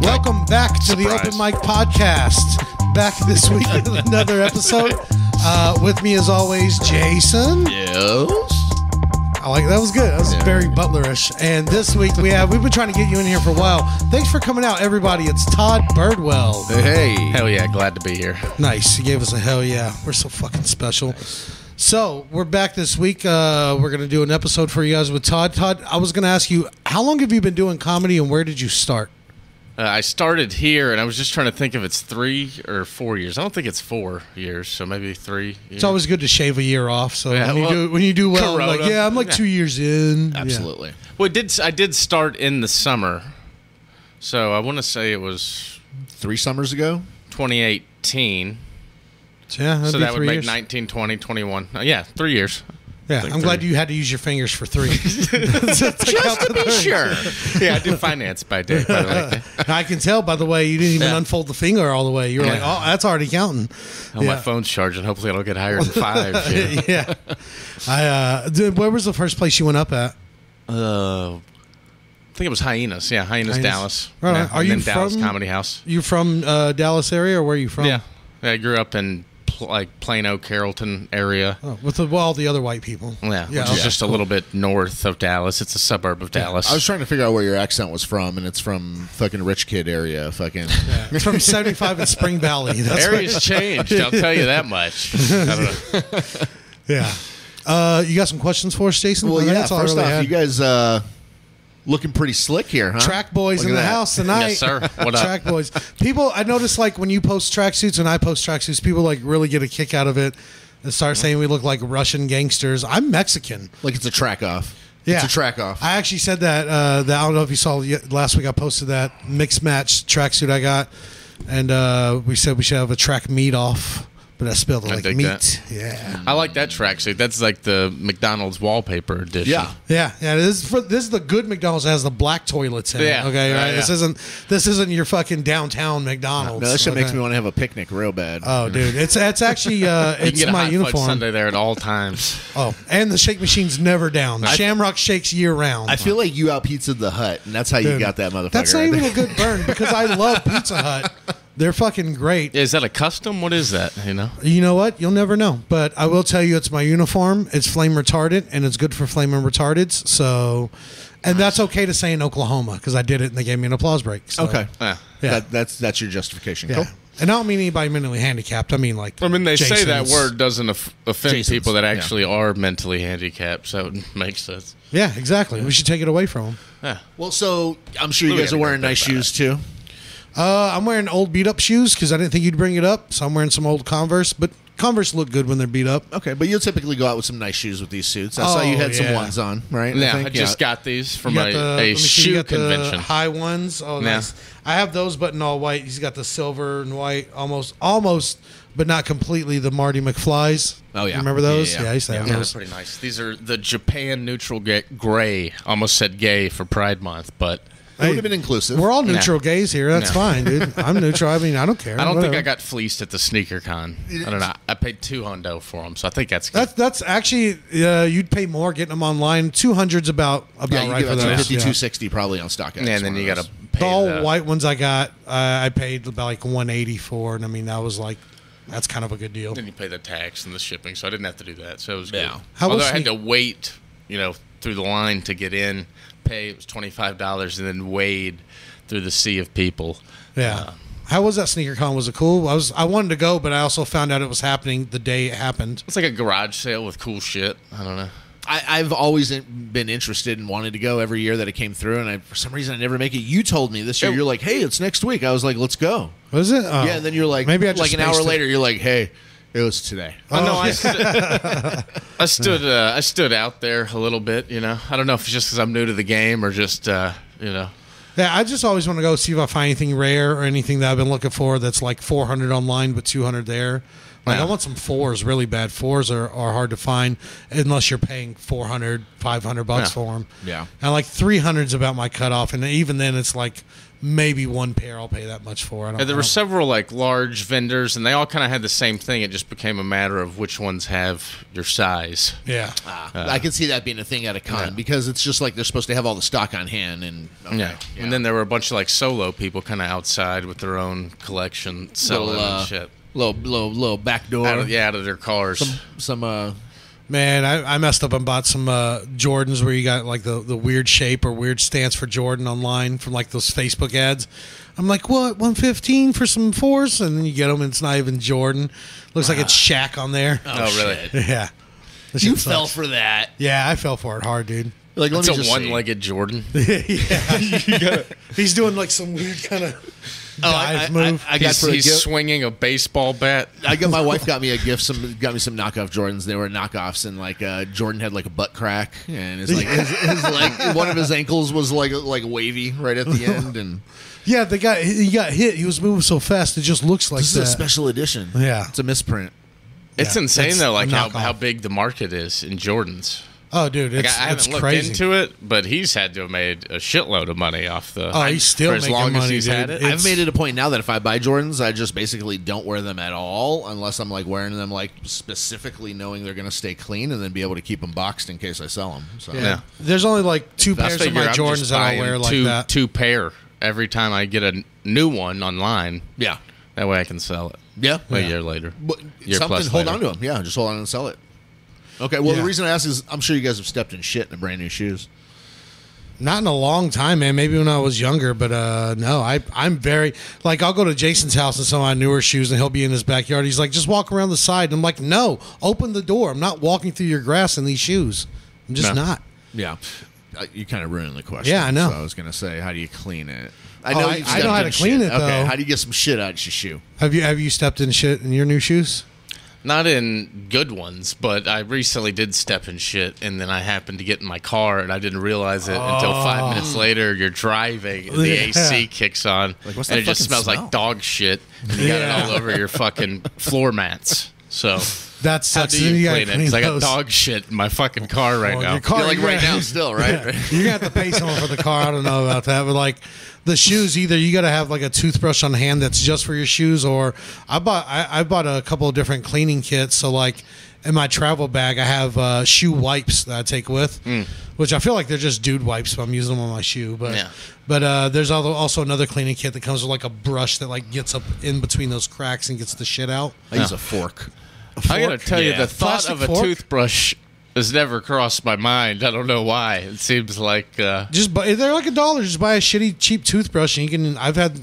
back to the Surprise. Open Mic Podcast. Back this week with another episode. Uh, with me, as always, Jason. Yes. I like that was good. That was very Butlerish. And this week we have we've been trying to get you in here for a while. Thanks for coming out, everybody. It's Todd Birdwell. Hey. Hell yeah, glad to be here. Nice. You gave us a hell yeah. We're so fucking special. So we're back this week. Uh, we're gonna do an episode for you guys with Todd. Todd, I was gonna ask you, how long have you been doing comedy and where did you start? Uh, I started here, and I was just trying to think if it's three or four years. I don't think it's four years, so maybe three. Years. It's always good to shave a year off. So Yeah, when you well, do when you do well, I'm like Corona. yeah, I'm like Yeah. two years in. Yeah. absolutely. Well, it did I did start in the summer, so I want to say it was three summers ago. 2018. So, yeah, that'd so be that would three make years. 19, 20, 21. Uh, yeah, three years. Yeah, I'm like glad three. you had to use your fingers for three. Just To be sure. yeah, I do finance by day. By the way. I can tell by the way you didn't even Yeah. unfold the finger all the way. You were like, Yeah. oh, that's already counting. Oh, yeah. my phone's charging. Hopefully, I don't get higher than five. you know. yeah. I uh, dude, where was the first place you went up at? Uh, I think it was Hyenas. Yeah, Hyenas, Hyenas. Dallas. Right. Yeah, Are and you then Dallas from- Comedy House? You from uh, Dallas area or where are you from? Yeah. I grew up in pl- like Plano, Carrollton area. Oh, with the, well, all the other white people. Yeah, Yeah. which is just a little bit north of Dallas. It's a suburb of Dallas. I was trying to figure out where your accent was from, and it's from fucking rich kid area. Fucking It's from 75 in Spring Valley. That's where- Area's changed. I'll tell you that much. I don't know. yeah. Uh, you got some questions for us, Jason? well, I think yeah. that's all I First really off, had. you guys uh, looking pretty slick here, huh? Track boys Look in at the that. house tonight. Yes, sir. What up? track boys. People, I notice like when you post tracksuits and I post tracksuits, people like really get a kick out of it and Mm-hmm. start saying we look like Russian gangsters. I'm Mexican. Like it's a track off. Yeah, it's a track off. I actually said that. Uh, that I don't know if you saw ye- last week. I posted that mixed match tracksuit I got, and uh, we said we should have a track meet off, but I spelled it like dig meat. that. Yeah, I like that tracksuit. That's like the McDonald's wallpaper edition. yeah. yeah, yeah. This is for this is the good McDonald's that has the black toilets in it. Yeah. Okay, Yeah, right. yeah. This isn't this isn't your fucking downtown McDonald's. No, that shit makes okay? me want to have a picnic real bad. Oh, dude, it's it's actually uh, You can it's get a my hot fudge uniform. Sunday there at all times. Oh, and the shake machine's never down. Shamrock shakes year round. I feel like you out pizzaed the hut, and that's how you Dude, got that motherfucker. That's not right even there. a good burn because I love Pizza Hut. They're fucking great. Is that a custom? What is that? You know, You know what? You'll never know. But I will tell you, it's my uniform. It's flame retardant, and it's good for flame and retardants. So, and that's okay to say in Oklahoma because I did it, and they gave me an applause break. So, okay. Yeah. Yeah. That, that's that's your justification. yeah. Cool. And I don't mean anybody mentally handicapped. I mean like. I mean, they say that Jason's. word doesn't of- offend Jason's, people that yeah. actually are mentally handicapped, so it makes sense. Yeah, exactly. We should take it away from them. Well, so I'm sure you We guys gotta are go wearing back nice by that. shoes too. Uh, I'm wearing old beat up shoes because I didn't think you'd bring it up. So I'm wearing some old Converse, but Converse look good when they're beat up. Okay, but you'll typically go out with some nice shoes with these suits. I saw Oh, you had yeah. some ones on, right? Yeah, I, think? just got these from You got a, the- a let me see, you shoe got the convention. high ones. Oh, Yeah. nice. I have those, but in all white. He's got the silver and white, almost, almost, but not completely. The Marty McFlys. Oh, yeah. remember those? Yeah, Yeah, yeah, I used to have Yeah, those. that's pretty nice. These are the Japan neutral ga- gray. Almost said gay for Pride Month, but It would have been inclusive. We're all neutral gays here. That's No. fine, dude. I'm neutral. I mean, I don't care. I don't think I Whatever. got fleeced at the sneaker con. I don't know. I paid two hundo for them, so I think that's good. That's that's actually uh, you'd pay more getting them online. Two hundreds about about Yeah, you right get for about those. 250, Yeah. 260 probably on StockX. and then one you of got to those. pay The all the- white ones I got, uh, I paid about like 184, and I mean that was like, that's kind of a good deal. Then you pay the tax and the shipping, so I didn't have to do that. So it was Yeah. good. How Although was I had sneak- to wait, you know, through the line to get in, pay it was twenty five dollars, and then wade through the sea of people. Yeah. How was that sneaker con? Was it cool? I was I wanted to go, but I also found out it was happening the day it happened. It's like a garage sale with cool shit. I don't know. I, I've always in- been interested and wanted to go every year that it came through, and I, for some reason I never make it. You told me this year. Yeah. You're like, hey, it's next week. I was like, let's go. Was it? Oh. Yeah, and then you're like, maybe I just like an hour spaced it. later, you're like, hey, it was today. I know Oh, I, stood, I stood uh, I stood out there a little bit, you know. I don't know if it's just because I'm new to the game or just uh, you know. Yeah, I just always want to go see if I find anything rare or anything that I've been looking for that's like 400 online but 200 there. Like I Yeah. want some fours really bad. Fours are, are hard to find unless you're paying 400, 500 bucks Yeah. for 'em. for them. Yeah. And like 300's about my cutoff and even then it's like maybe one pair I'll pay that much for. I don't, Yeah, there I Uh-huh. were don't- several like large vendors, and they all kind of had the same thing. It just became a matter of which ones have your size. yeah. Ah, I can see that being a thing at a con because it's just like they're supposed to have all the stock on hand and okay, Yeah. and then there were a bunch of like solo people kind of outside with their own collection selling little, uh, and shit. little little little back door. Out of, yeah, out of their cars. Some uh, Man, I, I messed up and bought some uh, Jordans where you got like the, the weird shape or weird stance for Jordan online from like those Facebook ads. I'm like, what, 115 for some force? And then you get them and it's not even Jordan. Looks like it's Shaq on there. oh, really? shit. Yeah. That You shit fell sucks. for that. Yeah, I fell for it hard, dude. Like let It's me a just see. one-legged Jordan. He's doing like some weird kind of Oh, I- dive I- move. I, I got He's, for a he's gift. swinging a baseball bat. I got my wife got me a gift. Some got me some knockoff Jordans. They were knockoffs, and like uh, Jordan had like a butt crack, and it's like his, his like one of his ankles was like like wavy right at the end. And yeah, the guy he got hit. He was moving so fast, it just looks like this is a that. special edition. Yeah. it's a misprint. It's Yeah, insane that's though, like a how, knockoff. how big the market is in Jordans. oh, dude, it's, Like, I it's haven't looked crazy. into it, but he's had to have made a shitload of money off the. Oh, he's still for as making long as money, he's dude. had it. It- I've It's- made it a point now that if I buy Jordans, I just basically don't wear them at all unless I'm like wearing them like specifically knowing they're going to stay clean and then be able to keep them boxed in case I sell them. So yeah. Yeah. There's only like two I pairs of figure my I'm Jordans just that I buying wear like two, that. Two pair every time I get a n- new one online. yeah, That way I can sell it yeah. a year later. But year something, plus hold later. on to them. Yeah, just hold on and sell it. Okay. Well, Yeah. the reason I ask is I'm sure you guys have stepped in shit in brand new shoes. Not in a long time, man. Maybe when I was younger, but uh, no, I I'm very like I'll go to Jason's house in some of my newer shoes, and he'll be in his backyard. He's like, just walk around the side, and I'm like, no, open the door. I'm not walking through your grass in these shoes. I'm just No. not. Yeah. Uh, you kind of ruined the question. Yeah, I know. So I was going to say, how do you clean it? I Oh, know I- you've I know stepped how in to clean it, shit. Okay. though. How do you get some shit out of your shoe? Have you have you stepped in shit in your new shoes? Not in good ones, but I recently did step in shit, and then I happened to get in my car, and I didn't realize it until five minutes later. You're driving, and the Yeah. AC kicks on, what's that and it just fucking smells smell? like dog shit. And you got Yeah. it all over your fucking floor mats. So That how sucks. do you, Then gotta clean it? 'Cause I got those. dog shit in my fucking car right Well, now. your car- You're like you're right right. now, still, right? You're gonna have to pay someone for the car. I don't know about that, but like the shoes, either you got to have like a toothbrush on hand that's just for your shoes, or I bought I, I bought a couple of different cleaning kits. So like in my travel bag, I have uh, shoe wipes that I take with, which I feel like they're just dude wipes, but I'm using them on my shoe. But Yeah. but uh, there's al- also another cleaning kit that comes with like a brush that like gets up in between those cracks and gets the shit out. I use a fork. I gotta tell you, Yeah. the thought Plastic of a fork? toothbrush has never crossed my mind. I don't know why. It seems like uh, Just buy, they're like a dollar. Just buy a shitty, cheap toothbrush, and you can. I've had,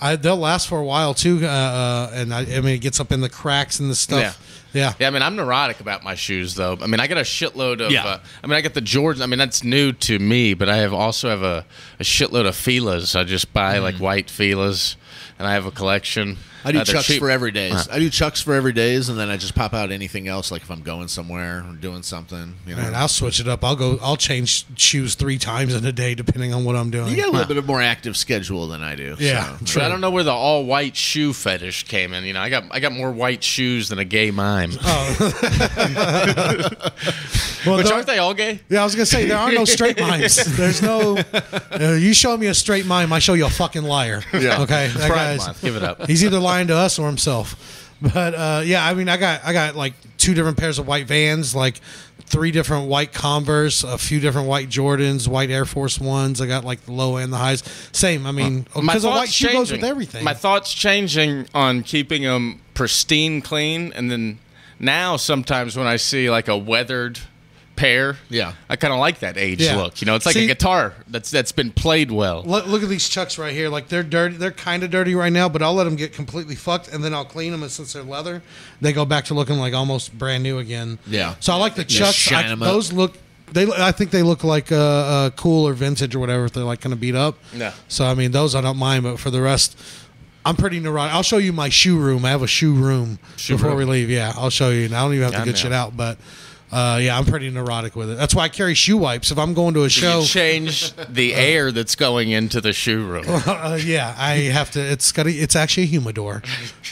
I, they'll last for a while too. Uh, uh, and I, I mean, it gets up in the cracks and the stuff. Yeah, Yeah, I mean, I'm neurotic about my shoes, though. I mean, I got a shitload of. Yeah. Uh, I mean, I got the Jordans. I mean, that's new to me, but I have also have a, a shitload of Fila's. I just buy like Mm. white Fila's, and I have a collection. I do Uh, they're chucks cheap. for every days. I do chucks for every days, and then I just pop out anything else, like if I'm going somewhere or doing something. You know, Man, I'll switch it up. I'll go. I'll change shoes three times in a day, depending on what I'm doing. you got a little bit of more active schedule than I do. Yeah, so. true. But I don't know where the all white shoe fetish came in. You know, I got I got more white shoes than a gay mime. Oh. Well, Which there- aren't they all gay? yeah, I was gonna say there are no straight mimes. There's no. Uh, you show me a straight mime, I show you a fucking liar. Yeah. Okay. That Pride guy's- month. Give it up. He's either lying to us or himself. But uh, yeah, I mean, I got I got like two different pairs of white Vans, like three different white Converse, a few different white Jordans, white Air Force Ones. I got like the low and the highs. Same. I mean, My because a thoughts white shoe goes with changing. everything. My thoughts changing on keeping them pristine, clean, and then now sometimes when I see like a weathered pair, Yeah. I kind of like that age Yeah. look. You know, it's like See- a guitar that's that's been played well. look, look at these chucks right here. Like they're dirty. They're kind of dirty right now, but I'll let them get completely fucked, and then I'll clean them. And since they're leather, they go back to looking like almost brand new again. Yeah. So I like the Just chucks. shine I, 'em up. those look. They, I think they look like uh, uh, cool or vintage or whatever if they're like kind of beat up. Yeah. So I mean, those I don't mind, but for the rest, I'm pretty neurotic. I'll show you my shoe room. I have a shoe room before we leave. Yeah, I'll show you. And I don't even have to I get know. shit out, but uh, yeah, I'm pretty neurotic with it. That's why I carry shoe wipes. If I'm going to a show, You change the air that's going into the shoe room. uh, yeah, I have to. It's got. A, it's actually a humidor,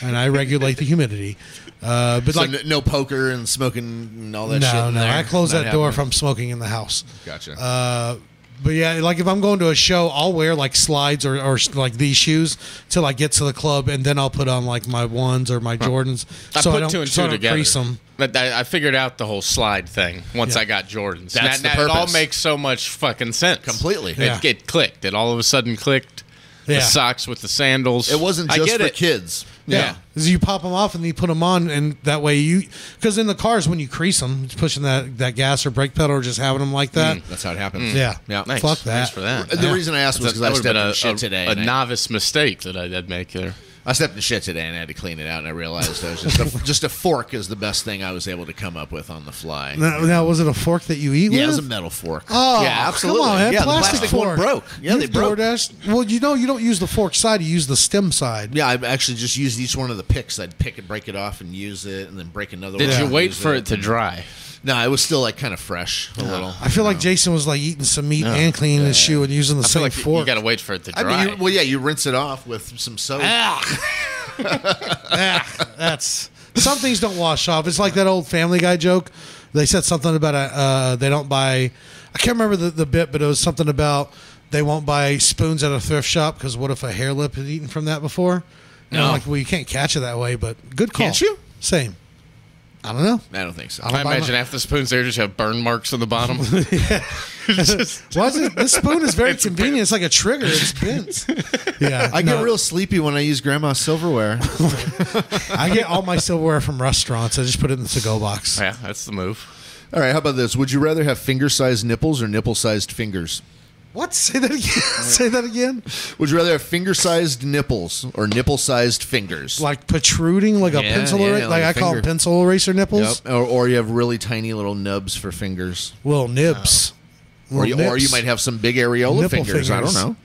and I regulate the humidity. Uh, but So like, n- no poker and smoking and all that shit. no, in no, there? I close Not that door happening. from smoking in the house. Gotcha. Uh, But yeah, like if I'm going to a show, I'll wear like slides or, or like these shoes till I get to the club, and then I'll put on like my ones or my Jordans. I so put I don't, two and two so I don't together. crease 'em. But I, I figured out the whole slide thing once Yeah. I got Jordans. That's the That- that- It all purpose. makes so much fucking sense. Completely. It, Yeah. it clicked. It all of a sudden clicked. Yeah. The socks with the sandals. It wasn't I just get for it. kids. Yeah. Yeah. Is you pop them off and you put them on, and that way you, because in the cars when you crease them, it's pushing that that gas or brake pedal or just having them like that. Hmm. That's how it happens. Yeah. Yeah. Nice. Fuck that. Thanks for that. The reason I asked was because I would've stepped in a, shit a- today. a and I- novice mistake that I did make there. I stepped in shit today and I had to clean it out, and I realized that was just a, just a fork is the best thing I was able to come up with on the fly. Now, now, was it a fork that you eat Yeah, it was with? a metal fork. Oh, yeah, absolutely. Come on, man. yeah, plastic, the plastic fork one broke. Yeah, You they broke. DoorDash. Well, you know, you don't use the fork side; you use the stem side. Yeah, I actually just used each one of the picks. I'd pick and break it off and use it, and then break another. Did one you and wait use for it to dry? No, it was still like kind of fresh a little. I feel like Jason was like eating some meat and cleaning his shoe and using the I feel same like you- fork. you got to wait for it to I dry. mean, you, well, yeah, you rinse it off with some soap. Ah, that's some things don't wash off. It's like that old Family Guy joke. They said something about uh, they don't buy. I can't remember the, the bit, but it was something about they won't buy spoons at a thrift shop because what if a hair lip had eaten from that before? And I'm No. like well, you can't catch it that way. But good call. Can't you? Same. I don't know. I don't think so. I I don't- imagine half the spoons there just have burn marks on the bottom. Just- Why is it, this spoon is very convenient. It's like a trigger. It's bent. Yeah, I get no, real sleepy when I use grandma's silverware. I get all my silverware from restaurants. I just put it in the to-go box. yeah, that's the move. All right, how about this? Would you rather have finger-sized nipples or nipple-sized fingers? What? Say that again. Say that again. Would you rather have finger-sized nipples or nipple-sized fingers? like protruding like a Yeah, pencil yeah, eraser. Like, like a I call them finger. pencil eraser nipples. Yep. Or, or you have really tiny little nubs for fingers. Little nibs. Or you, Little or you nips. might have some big areola Nipple fingers. I don't fingers. know.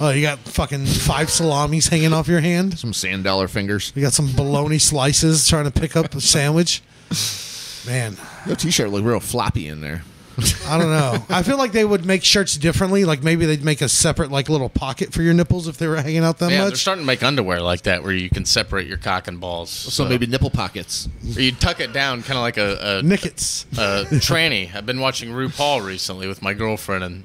Oh, you got fucking five salamis hanging off your hand. Some sand dollar fingers. You got some bologna slices trying to pick up a sandwich. Man, Your t-shirt looked real floppy in there. I don't know. I feel like they would make shirts differently. Like maybe they'd make a separate like little pocket for your nipples if they were hanging out that Yeah, they're much. starting to make underwear like that where you can separate your cock and balls. So, So Uh, maybe nipple pockets. or you tuck it down, kind of like a, Nickets. a, a tranny. I've been watching RuPaul recently with my girlfriend, and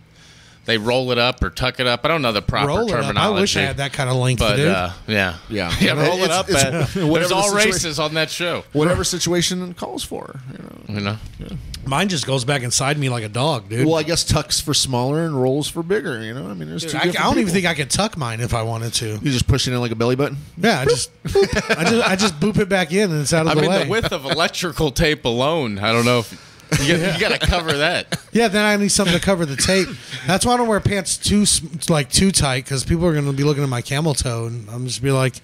they roll it up or tuck it up. I don't know the proper Roll it up. I terminology. wish I had that kind of length, But dude. uh, yeah, Yeah. yeah, roll it It's- up. it's- man. whatever There's the all situation- races on that show. Whatever situation calls for. You know. You know, Mine just goes back inside me like a dog, dude. Well, I guess tucks for smaller and rolls for bigger. You know, I mean, there's two. I, I different don't even people. think I could tuck mine if I wanted to. you just push it in like a belly button. Yeah, I just, I just, I just boop it back in and it's out of I the mean way. the width of electrical tape alone. I don't know. If, you, got- you got to cover that. Yeah, then I need something to cover the tape. That's why I don't wear pants too s- like too tight because people are going to be looking at my camel toe, and I'm just be like,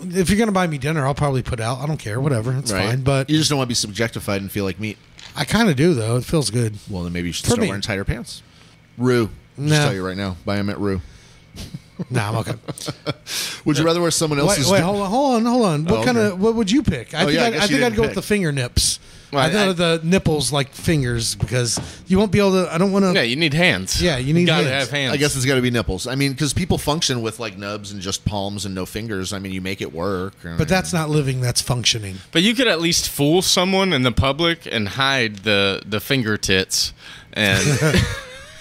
if you're going to buy me dinner, I'll probably put out. I don't care, whatever, it's fine. But you just don't want to be subjectified and feel like meat. I kind of do though. It feels good. Well, then maybe you should For start me. wearing tighter pants. Rue. Just Nah. tell you right now, buy them at Rue. Nah, I'm okay. Would you rather wear someone wait, else's? wait, dip- hold on, hold on, hold on. What Oh, kind okay. of what would you pick? I Oh, think yeah, I I'd, guess I you think I'd didn't go pick. with the fingernips. Well, I thought I- of the nipples like fingers because you won't be able to. I don't want to. Yeah, you need hands. Yeah, you need gotta hands. have hands. I guess it's got to be nipples. I mean, because people function with like nubs and just palms and no fingers. I mean, you make it work. But that's not living. That's functioning. But you could at least fool someone in the public and hide the the finger tits and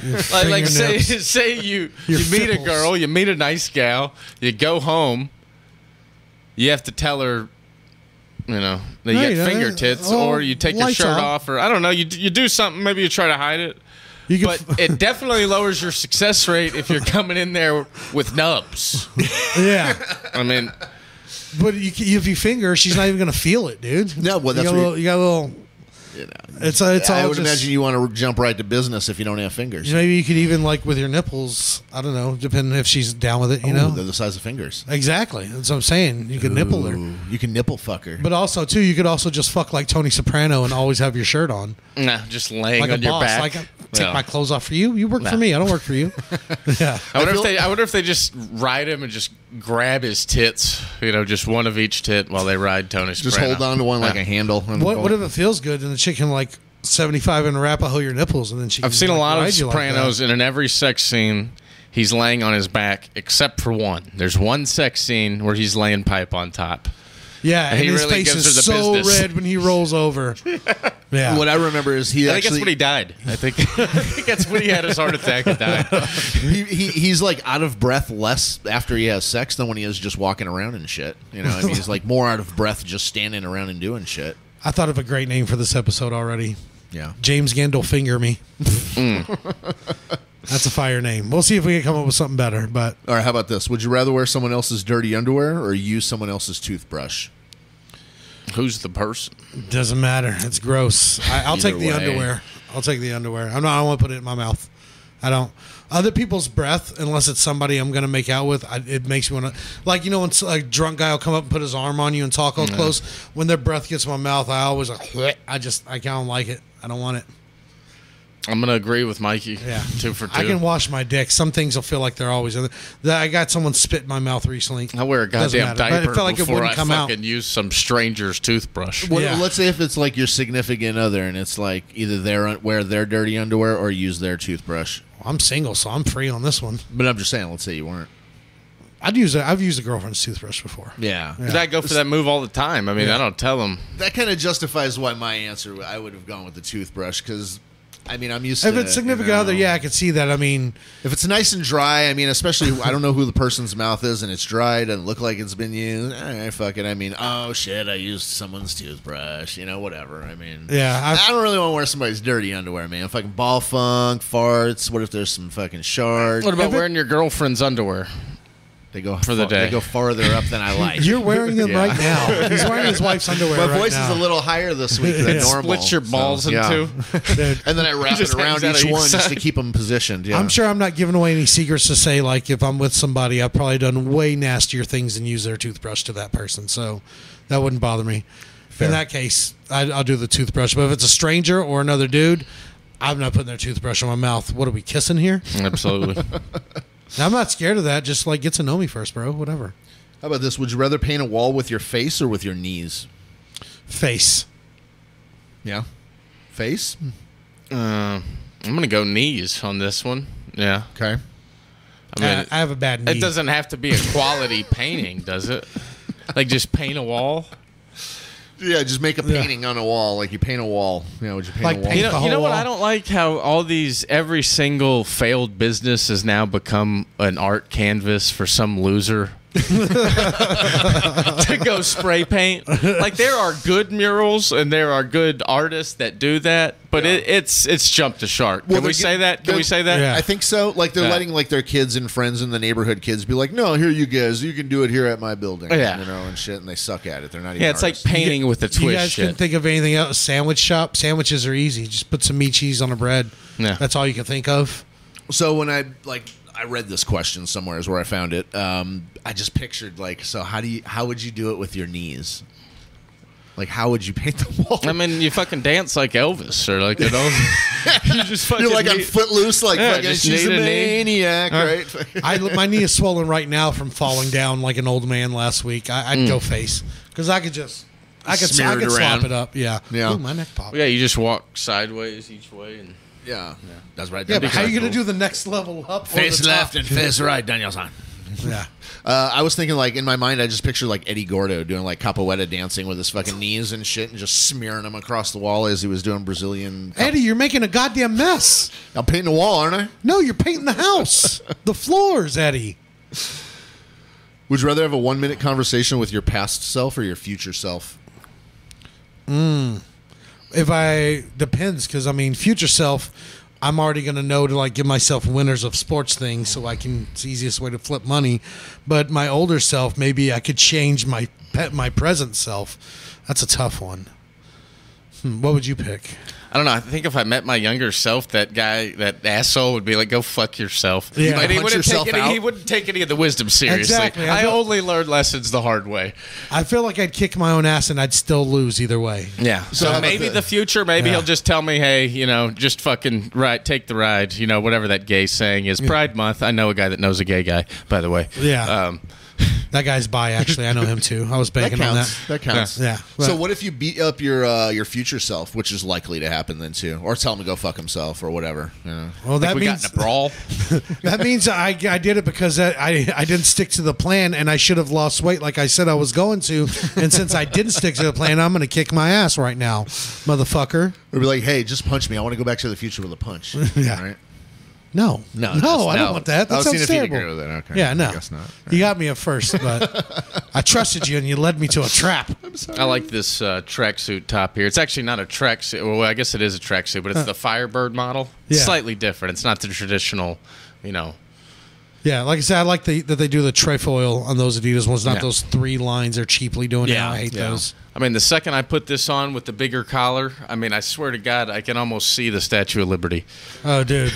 like, like say fingernails. say you Your you meet a fipples. girl, you meet a nice gal, you go home, you have to tell her you know No, that you you got don't. finger tits Well, or you take your uh, oh, lights shirt out. off or I don't know, you you do something, maybe you try to hide it. You But it definitely lowers your success rate if you're coming in there with nubs. yeah. I mean, But you, if you finger, she's not even gonna feel it, dude. No, well, you that's got a what you- little. You got a little it's a, it's all. I would just, imagine you want to jump right to business if you don't have fingers. you know, Maybe you could even like with your nipples. I don't know, depending if she's down with it. You Ooh, they're know, the size of fingers. exactly. That's what I'm saying. You could nipple her, Ooh, you can nipple fuck her. but also too, you could also just fuck like Tony Soprano and always have your shirt on, nah, just laying like on a your boss. back. Like, uh, take Yeah. my clothes off for you. You work for me. I don't work for you. yeah. I wonder feel- if they. I wonder if they just ride him and just grab his tits. You know, just one of each tit while they ride Tony. just hold on to one like a handle. and What go- What if it feels good and the chick can like 75 and wrap a hoe your nipples and then she. I've seen a lot of Sopranos, Sopranos. and in every sex scene, he's laying on his back, except for one. There's one sex scene where he's laying pipe on top. Yeah, and he his really face gives her is the so business. red when he rolls over. Yeah. What I remember is he I think actually that's when he died. I think, I think that's when he had his heart attack and died. he, he he's like out of breath less after he has sex than when he is just walking around and shit. You know, I mean, he's like more out of breath just standing around and doing shit. I thought of a great name for this episode already. Yeah. James Gandol finger me. Mm. That's a fire name. We'll see if we can come up with something better. But All right. How about this? Would you rather wear someone else's dirty underwear or use someone else's toothbrush? Who's the person? it doesn't matter. It's gross. I, I'll take the Either way. underwear. I'll take the underwear. I'm not. I don't want to put it in my mouth. I don't. Other people's breath, unless it's somebody I'm gonna make out with, I, it makes me want to. Like you know, when s- a drunk guy will come up and put his arm on you and talk all close. When their breath gets in my mouth, I always like. I just I don't like it. I don't want it. I'm gonna agree with Mikey. Yeah. two for two. I can wash my dick. Some things will feel like they're always in there. That- I got someone spit in my mouth recently. I wear a Doesn't goddamn matter. But diaper It felt like it before wouldn't I come out. fucking use some stranger's toothbrush. What, Yeah. Let's say if it's like your significant other, and it's like either their wear their dirty underwear or use their toothbrush. I'm single, so I'm free on this one. But I'm just saying, let's say you weren't. I'd use a, I've used a girlfriend's toothbrush before. Yeah, 'Cause I go for that move all the time. I mean, I don't tell them. that kind of justifies why my answer I would have gone with the toothbrush because. I mean, I'm used If to it's significant you know. other, yeah, I could see that. I mean, If it's nice and dry, I mean, especially I don't know who the person's mouth is, and it's dry, doesn't look like it's been used. All right, fuck it. I mean, oh shit, I used someone's toothbrush. You know, whatever. I mean, Yeah, I've- I, don't really want to wear somebody's dirty underwear, man. Fucking ball funk, farts. What if there's some fucking shards? What about If it- wearing your girlfriend's underwear? They go For the far- They day. go farther up than I like. you're wearing them Yeah. right now. He's wearing his wife's underwear. My right voice now. is a little higher this week than Yeah. normal. Split your so, balls in yeah. two. Dude, and then I wrap it Just around hangs out each each one just side. to keep them positioned. Yeah. I'm sure I'm not giving away any secrets to say, like, if I'm with somebody, I've probably done way nastier things than use their toothbrush to that person. So that wouldn't bother me. In that case, I, I'll do the toothbrush. But if it's a stranger or another dude, I'm not putting their toothbrush in my mouth. What are we kissing here? Absolutely. And I'm not scared of that. Just like get to know me first, bro. Whatever. How about this? Would you rather paint a wall with your face or with your knees? Face. Yeah. Face? Uh, I'm gonna go knees on this one. Yeah. Okay. I I, mean, I have a bad Uh, knee. it doesn't have to be a quality painting, does it? Like just paint a wall. Yeah, just make a Yeah. painting on a wall, like you paint a wall. Yeah, would you paint Like a wall? paint- You The know, whole you know what? wall. I don't like how all these every single failed business has now become an art canvas for some loser to go spray paint. Like there are good murals and there are good artists that do that, but it, it's it's jumped the shark. Can Well, we they're say get- that? Can they're- we say that? Yeah. I think so. Like they're Yeah. letting like their kids and friends in the neighborhood kids be like, "No, here you guys, you can do it here at my building." Yeah. you know, and shit, and they suck at it. They're not even. Yeah, it's like artists. painting with a You twist. guys can shit. think of anything else? Sandwich shop. Sandwiches are easy. Just put some meat cheese on a bread. Yeah. That's all you can think of. So when I like I read this question somewhere is where I found it. Um, I just pictured like, so how do you how would you do it with your knees? Like how would you paint the wall? I mean, you fucking dance like Elvis, or like you know, you just fucking. You're like on need- footloose, like Yeah, fucking just she's a need a knee. maniac, right? I my knee is swollen right now from falling down like an old man last week. I, I'd go face because I could just I could Mm. Smear I it could slop around. it up. Yeah, Yeah. Ooh, my neck popped. yeah, you just walk sideways each way, and yeah. that's right. Yeah, but how are you kinda gonna do the next level up? or face the top? left and face right, Danielson? Yeah, Uh, I was thinking, like in my mind, I just pictured like Eddie Gordo doing like capoeira dancing with his fucking knees and shit, and just smearing them across the wall as he was doing Brazilian. Eddie, you're making a goddamn mess. I'm painting the wall, aren't I? No, you're painting the house, the floors, Eddie. Would you rather have a one minute conversation with your past self or your future self? If I depends, because I mean, future self, I'm already gonna know to like give myself winners of sports things, so I can. It's the easiest way to flip money. But my older self, maybe I could change my pet my present self. That's a tough one. Hmm, what would you pick? I don't know. I think if I met my younger self, that guy, that asshole, would be like, "Go fuck yourself." Yeah. You might And he punch wouldn't yourself take any. out. He wouldn't take any of the wisdom seriously. Exactly. I I, feel- only learned lessons the hard way. I feel like I'd kick my own ass and I'd still lose either way. Yeah. So, how about maybe the- the, future, maybe Yeah. he'll just tell me, "Hey, you know, just fucking right, take the ride." You know, whatever that gay saying is. Pride Month. I know a guy that knows a gay guy, by the way. Yeah. Um, That guy's bi. Actually, I know him too. I was banking on that. counts. That. counts. Yeah. Yeah. So Right. what if you beat up your uh, your future self, which is likely to happen then too, or tell him to go fuck himself or whatever. You know? Well, that we means got in a brawl. that means I, I did it because I, I I didn't stick to the plan and I should have lost weight like I said I was going to. And since I didn't stick to the plan, I'm going to kick my ass right now, motherfucker. Or be like, hey, just punch me. I want to go back to the future with a punch. Yeah. Right? No, No, no, just- I no. don't want that. That I was seeing sounds if you'd terrible. agree with it. Okay. Yeah, no, I guess not. You got me at first, but I trusted you and you led me to a trap. I like this uh, tracksuit top here. It's actually not a tracksuit. Well, I guess it is a tracksuit, but it's the Firebird model. It's Yeah. Slightly different. It's not the traditional, you know. Yeah, like I said, I like the, that they do the trefoil on those Adidas ones, not Yeah. those three lines they're cheaply doing. Yeah, Yeah, I hate yeah. those. I mean, the second I put this on with the bigger collar, I mean, I swear to God, I can almost see the Statue of Liberty. Oh, dude,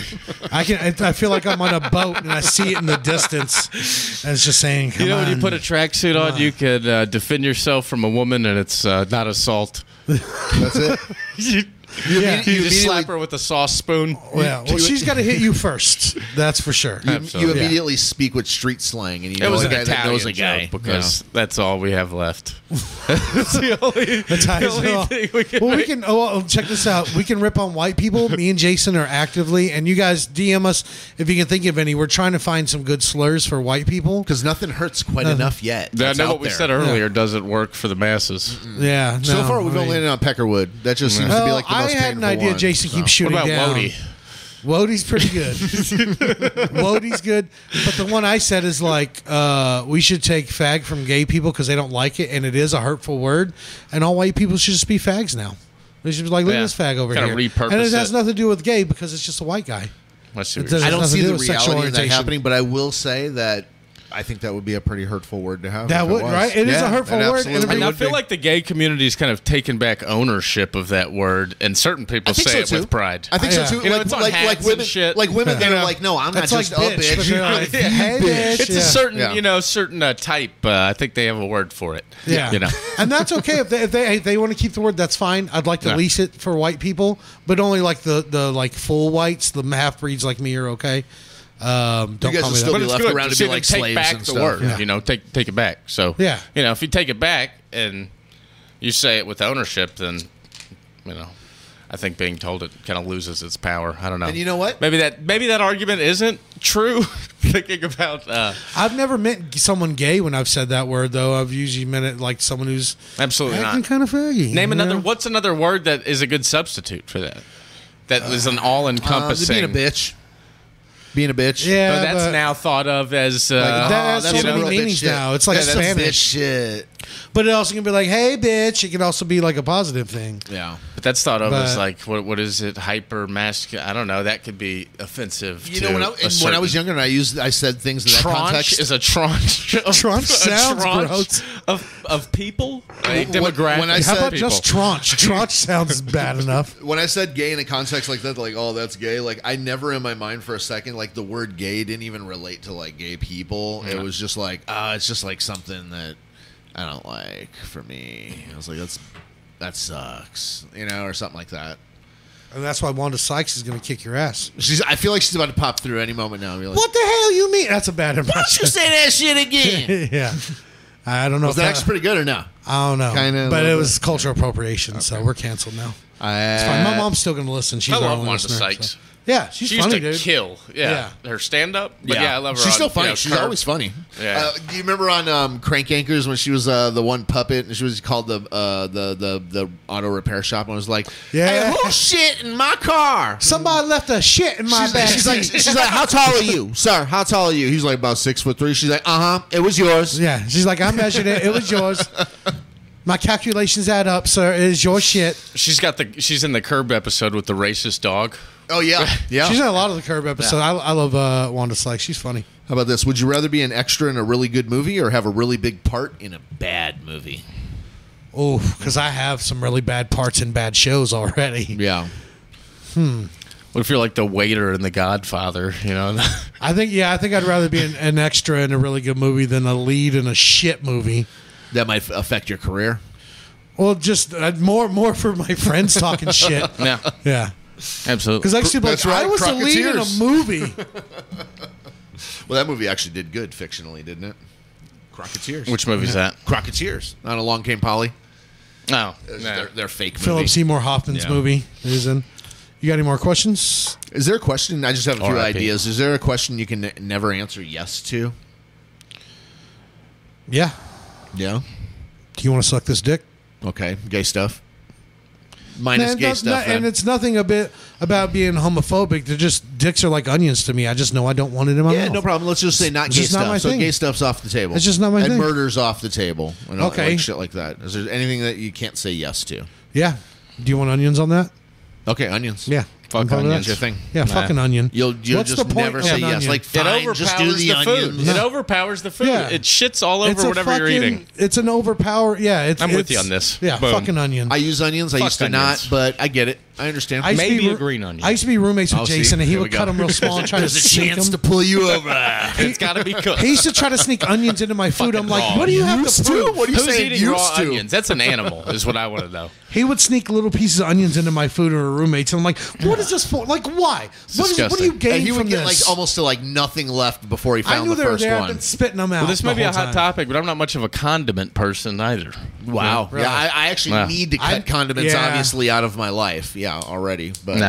I can. I I feel like I'm on a boat and I see it in the distance, and it's just saying, "Come You know, when you on." put a tracksuit on, you could uh, defend yourself from a woman, and it's uh, not assault. That's it. you, Yeah. you you just slap immediately- her with a sauce spoon. Well, well, she's got to hit you first. That's for sure. You, Absolutely. you immediately speak with street slang, and you It know was a an guy that Italian knows a guy joke because that's all we have left. that's the only, ties the only it all. thing we can Well, we make. can. Oh, well, check this out. We can rip on white people. Me and Jason are actively, and you guys DM us if you can think of any. We're trying to find some good slurs for white people. because nothing hurts quite enough yet. I That's know out what we there. said earlier doesn't work for the masses. Yeah. So no, far, we've I only mean- landed on Peckerwood. That just seems to be Well, like the most I had an painful idea. one, Jason so. keeps What shooting about down. Wody? Wodey's pretty good. Wodey's good, but the one I said is like uh, we should take fag from gay people because they don't like it, and it is a hurtful word, and all white people should just be fags now. They should be like, look at Yeah. this fag over Gotta here, repurpose and it has it. nothing to do with gay because it's just a white guy. Let's see. It what does- you're I don't nothing see to the do with sexual reality of that orientation. happening, but I will say that I think that would be a pretty hurtful word to have. That if it would, was. right? It is a hurtful it word, absolutely and it And I would feel be. like the gay community's kind of taken back ownership of that word, and certain people I think say so it too. with pride. I think Yeah. so too. You know, like, it's on like, hats like and women, shit. like women, they're Yeah. like, no, I'm That's not like just a bitch, but they're like, bitch. hey, bitch. it's a Yeah. certain, Yeah. you know, certain uh, type. Uh, I think they have a word for it. Yeah, you know. and that's okay if they if they, if they want to keep the word, that's fine. I'd like to Yeah. lease it for white people, but only like the the like full whites, the half breeds like me are okay. Um, don't guys call will me that. still be But it's left good around to see be them like take slaves back and the stuff. word. Yeah. You know, take take it back. So Yeah. you know, if you take it back and you say it with ownership, then you know, I think being told it kind of loses its power. I don't know. And you know what? Maybe that maybe that argument isn't true. Thinking about uh, I've never met someone gay when I've said that word though. I've usually meant it like someone who's absolutely acting not. kind of faggy. Name you another. know? What's another word that is a good substitute for that? That is an Uh, all-encompassing. being a bitch, being a bitch. Yeah, but that's but- now thought of as uh, Like, that has Oh, so that's many real bitch meanings shit. now. It's like Yeah, that's Spanish. bitch shit. But it also can be like, "Hey, bitch." It can also be like a positive thing. Yeah. But that's thought of as But- like what what is it hyper masculine? I don't know. That could be offensive. You to know, when I, a and when I was certain- younger, and I used, I said things in that tranche context. is a tranche. Of, Tranche a sounds tranche gross. of of people. A Wh- what- demographic. when I How said- about people. just tranche? Tranche sounds bad enough. when I said gay in a context like that, like oh that's gay, like I never in my mind for a second like the word gay didn't even relate to like gay people. It was just like ah, it's just like something that I don't like for me. I was like that's that sucks, you know, or something like that. And that's why Wanda Sykes is going to kick your ass. She's I feel like she's about to pop through any moment now. And be like, What the hell you mean? That's a bad Don't you impression. say that shit again? yeah. I don't know. if was that that- actually pretty good or no? I don't know. Kinda, a but little it was cultural appropriation, so we're canceled now. It's fine. My mom's still going to listen. She's Uh, I our love only Wanda listener, Sykes. so- Yeah, she's She used funny, to dude. kill. Yeah. her stand up. But yeah. I love her. She's on, still funny. you know, She's Curb. always funny. Yeah. Uh, do you remember on um, Crank Anchors when she was uh, the one puppet and she was called the uh, the the the auto repair shop and was like, Yeah. hey, who shit in my car?" Somebody left a shit in my She's, bag. she's like, she's like, how tall are you, sir? How tall are you? He's like about six foot three. She's like, uh huh, it was yours. yeah, she's like, I measured it. It was yours. My calculations add up, sir. It is your shit. She's got the. She's in the curb episode with the racist dog. Oh yeah, yeah. She's in a lot of the Curb episode. I, I love uh, Wanda Sykes. She's funny. how about this? Would you rather be an extra in a really good movie or have a really big part in a bad movie? Oh, because I have some really bad parts in bad shows already. Yeah. What if you're like the waiter in The Godfather? You know. I think yeah, I think I'd rather be an, an extra in a really good movie than a lead in a shit movie. That might affect your career. Well, just uh, more more for my friends talking shit. yeah. Yeah, Absolutely. because actually, That's like, right, I was the lead in a Crocketeers. movie. Well, that movie actually did good fictionally, didn't it? Crocketeers. Which movie's that? Crocketeers? Not along came Polly. Oh, It's nah. Their, their fake movie. Philip Seymour Hoffman's Yeah. movie is in. You got any more questions? Is there a question? I just have a few R.I.P. ideas. Is there a question you can n- never answer yes to? Yeah. Yeah. Do you want to suck this dick? Okay. Gay stuff. Minus And gay not- stuff. not- and then. it's nothing a bit about being homophobic. They're just dicks are like onions to me. I just know I don't want it in my yeah, mouth. no problem. Let's just say not It's gay just not stuff. my so thing. gay stuff's off the table. It's just not my and thing. murders off the table. And all- Okay. like shit like that. Is there anything that you can't say yes to? Yeah. Do you want onions on that? Okay, onions. Yeah. Fuck I'm fine with onions, that. your thing. Yeah, Nah. fucking onion. You'll you'll What's just the point never of say an yes. onion? Like It fine, overpowers just do the, the, food. onions. It overpowers the food. Yeah. It shits all It's over a whatever you're fucking- eating. It's an overpower. Yeah, it's, I'm it's- with you on this. Yeah, Boom. fucking onion. I use onions. I Fuck used to onions. not, but I get it. I understand. I used to maybe be a roo- green onion. I used to be roommates with Oh, see? Jason, and he Here we would go. cut them real small and try to There's a sneak chance them. to pull you over. it's got to be cooked. he used to try to sneak onions into my food. I'm like, raw. what do you have to Used to? prove? What do you Who's saying eating raw used to? onions? That's an animal, is what I want to know. He would sneak little pieces of onions into my food or roommates, and I'm like, what is this for? Like, why? What, is, what do you disgusting. gain And he from would get this? like almost to like nothing left before he I found knew the they were first there. I've one. been spitting them out. Well, this may the be a whole hot time. topic, but I'm not much of a condiment person either. Wow. Really? Yeah, I, I actually Wow. need to cut I- condiments yeah. obviously out of my life. Yeah, already. But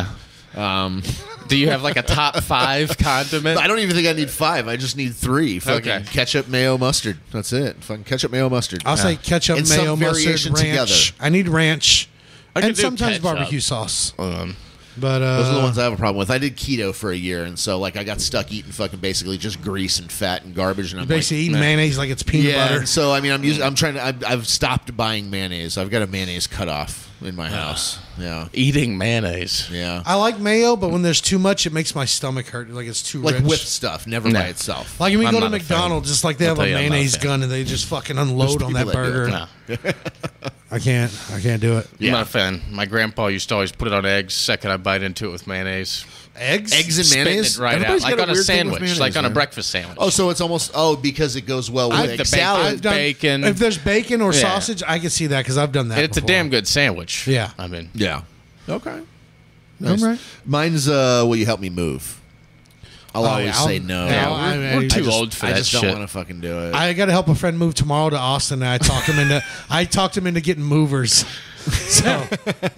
No. um, Do you have like a top five condiment? I don't even think I need five. I just need three. Fucking Okay. ketchup, mayo, mustard. That's it. Fucking ketchup, mayo, mustard. I'll say Yeah. ketchup, And mayo, some mustard, variation ranch. I need ranch, I could and do sometimes ketchup. barbecue sauce. Um, But uh, Those are the ones I have a problem with. I did keto for a year, and so like I got stuck eating fucking basically just grease and fat and garbage, and I'm basically like, eating mayonnaise like it's peanut yeah. butter. and So I mean, I'm using. I'm trying to. I've, I've stopped buying mayonnaise. I've got a mayonnaise cutoff in my house. Yeah, eating mayonnaise. yeah. I like mayo, but when there's too much, it makes my stomach hurt. Like it's too like rich. with stuff, never No. by itself. like we I'm go to not a fan. McDonald's, just like they have I'll a tell you, I'm not a mayonnaise fan. gun and they just fucking unload on that people that do burger. it. No. I can't. I can't do it. I'm not a fan. My grandpa used to always put it on eggs. Second, I bite into it with mayonnaise. Eggs. Eggs and Spitting mayonnaise. it right Everybody's out, got like on a weird thing with sandwich, like mayonnaise, on a man. breakfast sandwich. Oh, so it's almost oh because it goes well with I've egg the bacon- salad. I've done- bacon. If there's bacon or Yeah. sausage, I can see that because I've done that. and it's a before. damn good sandwich. Yeah. I mean, yeah. Okay. All right. Mine's uh, will you help me move? I'll Oh, always yeah, I'll- say no. yeah, we're- I- I- we're I too I just- old for I that just shit. don't want to fucking do it. I got to help a friend move tomorrow to Austin, and I talked him into. I talked him into getting movers. So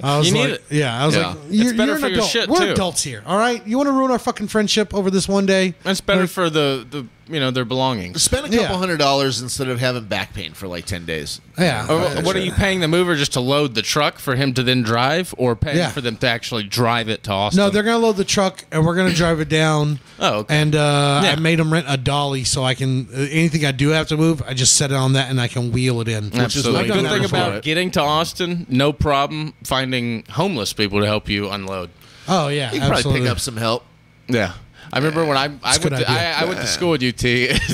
I was You need like, it. "Yeah," I was Yeah. like, It's "You're, better you're an for your adult. shit, We're too. adults here, all right? You want to ruin our fucking friendship over this one day? it's better for the, the you know their belongings. Spend a couple Yeah. hundred dollars instead of having back pain for like ten days. Yeah. Or uh, what are you paying the mover just to load the truck for him to then drive, or paying Yeah. for them to actually drive it to Austin? No, they're gonna load the truck and we're gonna drive it down. Oh, okay. and uh, Yeah. I made them rent a dolly so I can uh, anything I do have to move, I just set it on that and I can wheel it in. Which is the I've done good that thing before. about getting to Austin. No problem finding homeless people to help you unload. Oh yeah, You can probably absolutely. pick up some help. Yeah. I remember when I I a good went, to, idea. I, I went to school at UT. That's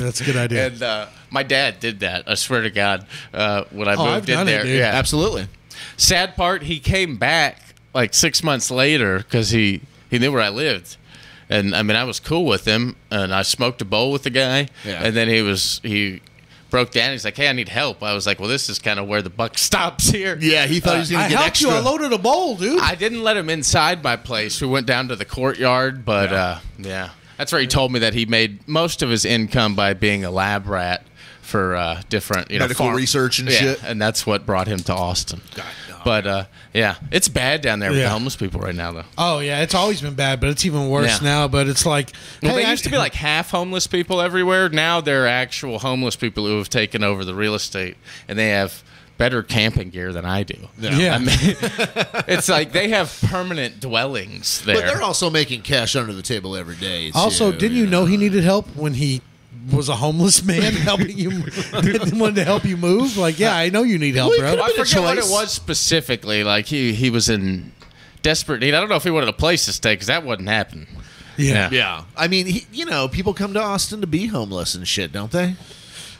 That's a good idea. And uh, my dad did that. I swear to God, uh, when I Oh, moved I've in done it, there. dude. yeah. Absolutely. Sad part, he came back like six months later because he he knew where I lived, and I mean I was cool with him, and I smoked a bowl with the guy, Yeah. and then he was he broke down. He's like, "Hey, I need help." I was like, "Well, this is kind of where the buck stops here." Uh, Yeah, he thought he was gonna I get helped extra. you. I loaded a bowl, dude. I didn't let him inside my place. We went down to the courtyard, but yeah. uh yeah. That's where he told me that he made most of his income by being a lab rat for uh different you Medical know farm- research and Yeah, shit. And that's what brought him to Austin. But uh yeah, it's bad down there with Yeah. the homeless people right now though. oh yeah, it's always been bad, but it's even worse Yeah. now. But it's like, Well, hey, they I- used to be like half homeless people everywhere. Now they're actual homeless people who have taken over the real estate, and they have better camping gear than I do. Yeah. I mean, it's like they have permanent dwellings there. but they're also making cash under the table every day. Also, too, didn't you know he needed help when he was a homeless man helping you? didn't want to help you move? Like, yeah, I know you need help, Well, he bro. could've I been a forget what it choice. was specifically. Like he he was in desperate need. I don't know if he wanted a place to stay because that wouldn't happen. yeah. Yeah, I mean, he, you know, people come to Austin to be homeless and shit, don't they?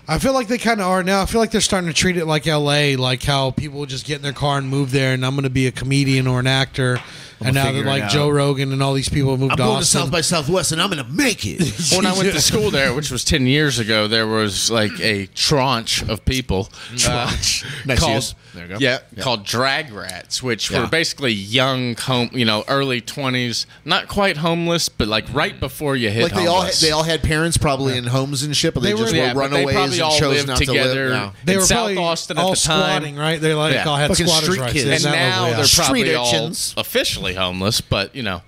I feel like they kind of are now. I feel like they're starting to treat it like LA, like how people just get in their car and move there, and I'm going to be a comedian or an actor. and now that figure it like out. Joe Rogan and all these people have moved I'm to going to Austin. South by Southwest, and I'm gonna make it. When I went to school there, which was 10 years ago, there was like a tranche of people tranche. Nice called, use. There you go. Yeah, Yeah. called drag rats, which Yeah. were basically young, home, you know, early 20s, not quite homeless, but like right before you hit like they all homeless. they all had parents probably in homes and shit, but they, They were- just yeah, were but they runaways probably and all chose lived not together. to live. No. they in were South probably Austin at all the time. squatting, right? They like Yeah. all had Fucking squatters street rights. kids. They and didn't have now no- yeah. they're probably Street all urchins. officially homeless, but you know,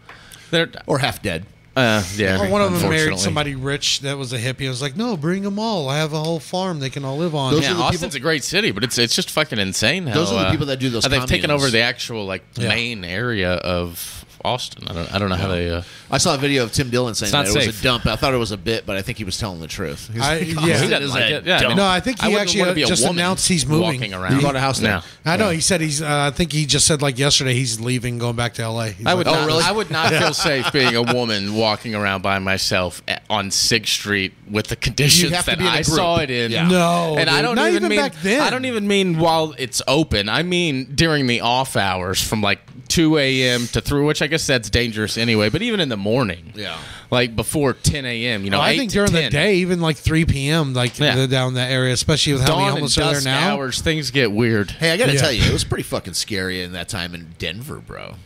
they're Or half dead. uh, yeah. Well, one of them married unfortunately. somebody rich that was a hippie. I was like, no, bring them all. I have a whole farm they can all live on. Those Yeah, are the Austin's people- a great city, but it's it's just fucking insane. How, Those are the uh, people that do those how They've taken communes. over the actual like Yeah. main area of Austin. I don't I don't know how they. Uh, I saw a video of Tim Dillon saying It's that not it was safe. a dump. I thought it was a bit, but I think he was telling the truth. He's I- like, yeah. "Austin He doesn't is like a it. Yeah, dump." no, I think he wouldn't actually wanna uh, be a just woman announced he's walking moving. around. He- bought a house there. No. I know. He said he's. Uh, I think he just said like yesterday he's leaving, going back to L.A. He's I would, like, not, Oh, really? I would not feel safe being a woman walking around by myself at, on Sixth Street with the conditions have to that be in a I group. saw it in. Yeah. No, and I dude. don't Not even, even mean back then. I don't even mean while it's open. I mean during the off hours from like two a.m. to through, which I guess that's dangerous anyway. But even in the morning, Yeah. like before ten a.m. You know, Well, Oh, I 8 think to during the 10, day, even like 3 p.m., like Yeah. the, down that area, especially with how many dawn and homeless are there dusk now. hours, things get weird. Hey, I gotta Yeah. tell you, it was pretty fucking scary in that time in Denver, bro.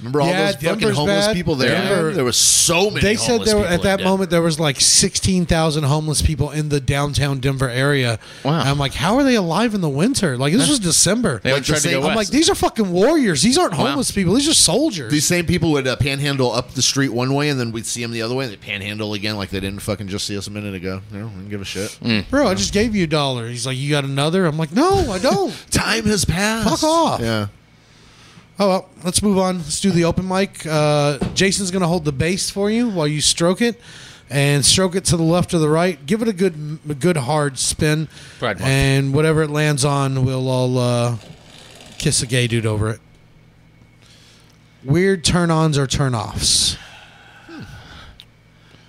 Remember all Yeah, those Denver's fucking homeless bad. people there? Denver- There was so many. They said homeless there were, people at in that Denver. moment there was like 16,000 homeless people in the downtown Denver area. Wow. And I'm like, how are they alive in the winter? Like this was December. They Like, tried the to go same- west. I'm like, these are fucking warriors. These aren't Wow. homeless people. These are soldiers. These same people would uh, panhandle up the street one way, and then we'd see them the other way, and they panhandle again like they didn't fucking just see us a minute ago. You know, didn't give a shit. Bro, I just gave you a dollar. He's like, you got another? I'm like, no, I don't. Time has passed. Fuck off. Yeah. oh, well, let's move on. Let's do the open mic. Uh, Jason's going to hold the bass for you while you stroke it. And stroke it to the left or the right. Give it a good, a good hard spin, Pride Month. and whatever it lands on, we'll all uh, kiss a gay dude over it. Weird turn-ons or turn-offs.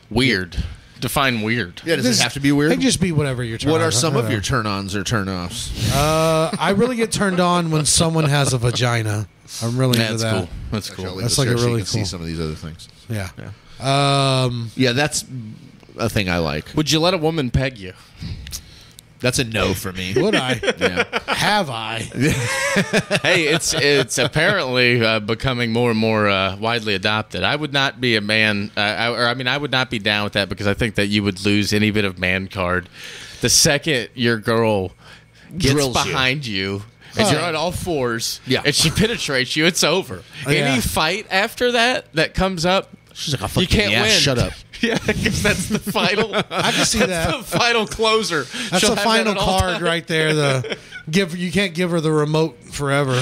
Weird. Define weird. Yeah. Does This- it have to be It weird? can just be whatever your turn. what are some of your turn-ons or turn-offs? Uh, I really get turned on when someone has a vagina. I'm really into That's that. cool. That's cool. Actually, I'll leave That's this like here a so you really can see cool- some of these other things. Yeah. Um, Yeah, that's a thing I like. Would you let a woman peg you? That's a no for me. would I? yeah. Have I? hey, it's it's apparently uh, becoming more and more uh, widely adopted. I would not be a man, uh, I, or I mean, I would not be down with that because I think that you would lose any bit of man card the second your girl gets Drills you. behind you. And you're on all fours, Yeah. Oh, and she penetrates you. It's over. Yeah. Any fight after that that comes up, She's like, I fucking you can't yeah, win. Shut up. yeah, because that's the final. I can see That's the that. final closer. That's the She'll have that final at all card right there. The give you can't give her the remote forever.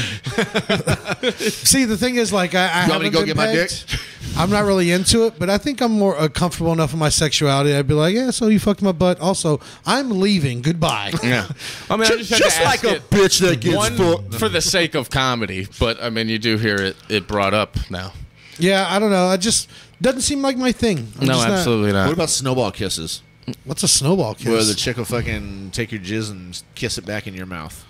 see, the thing is, like I, I You want haven't me to go been get my pegged. I'm not really into it, but I think I'm more uh, comfortable enough in my sexuality. I'd be like, yeah, so you fucked my butt. Also, I'm leaving. Goodbye. Yeah. I mean, I just, had to ask it. bitch that one for the sake of comedy, but I mean, you do hear it, it brought up now. Yeah, I don't know. I just doesn't seem like my thing. I'm just not- What about snowball kisses? What's a snowball kiss? Where the chick will fucking take your jizz and kiss it back in your mouth.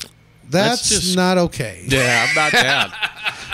that's that's just- not okay. Yeah, I'm not down.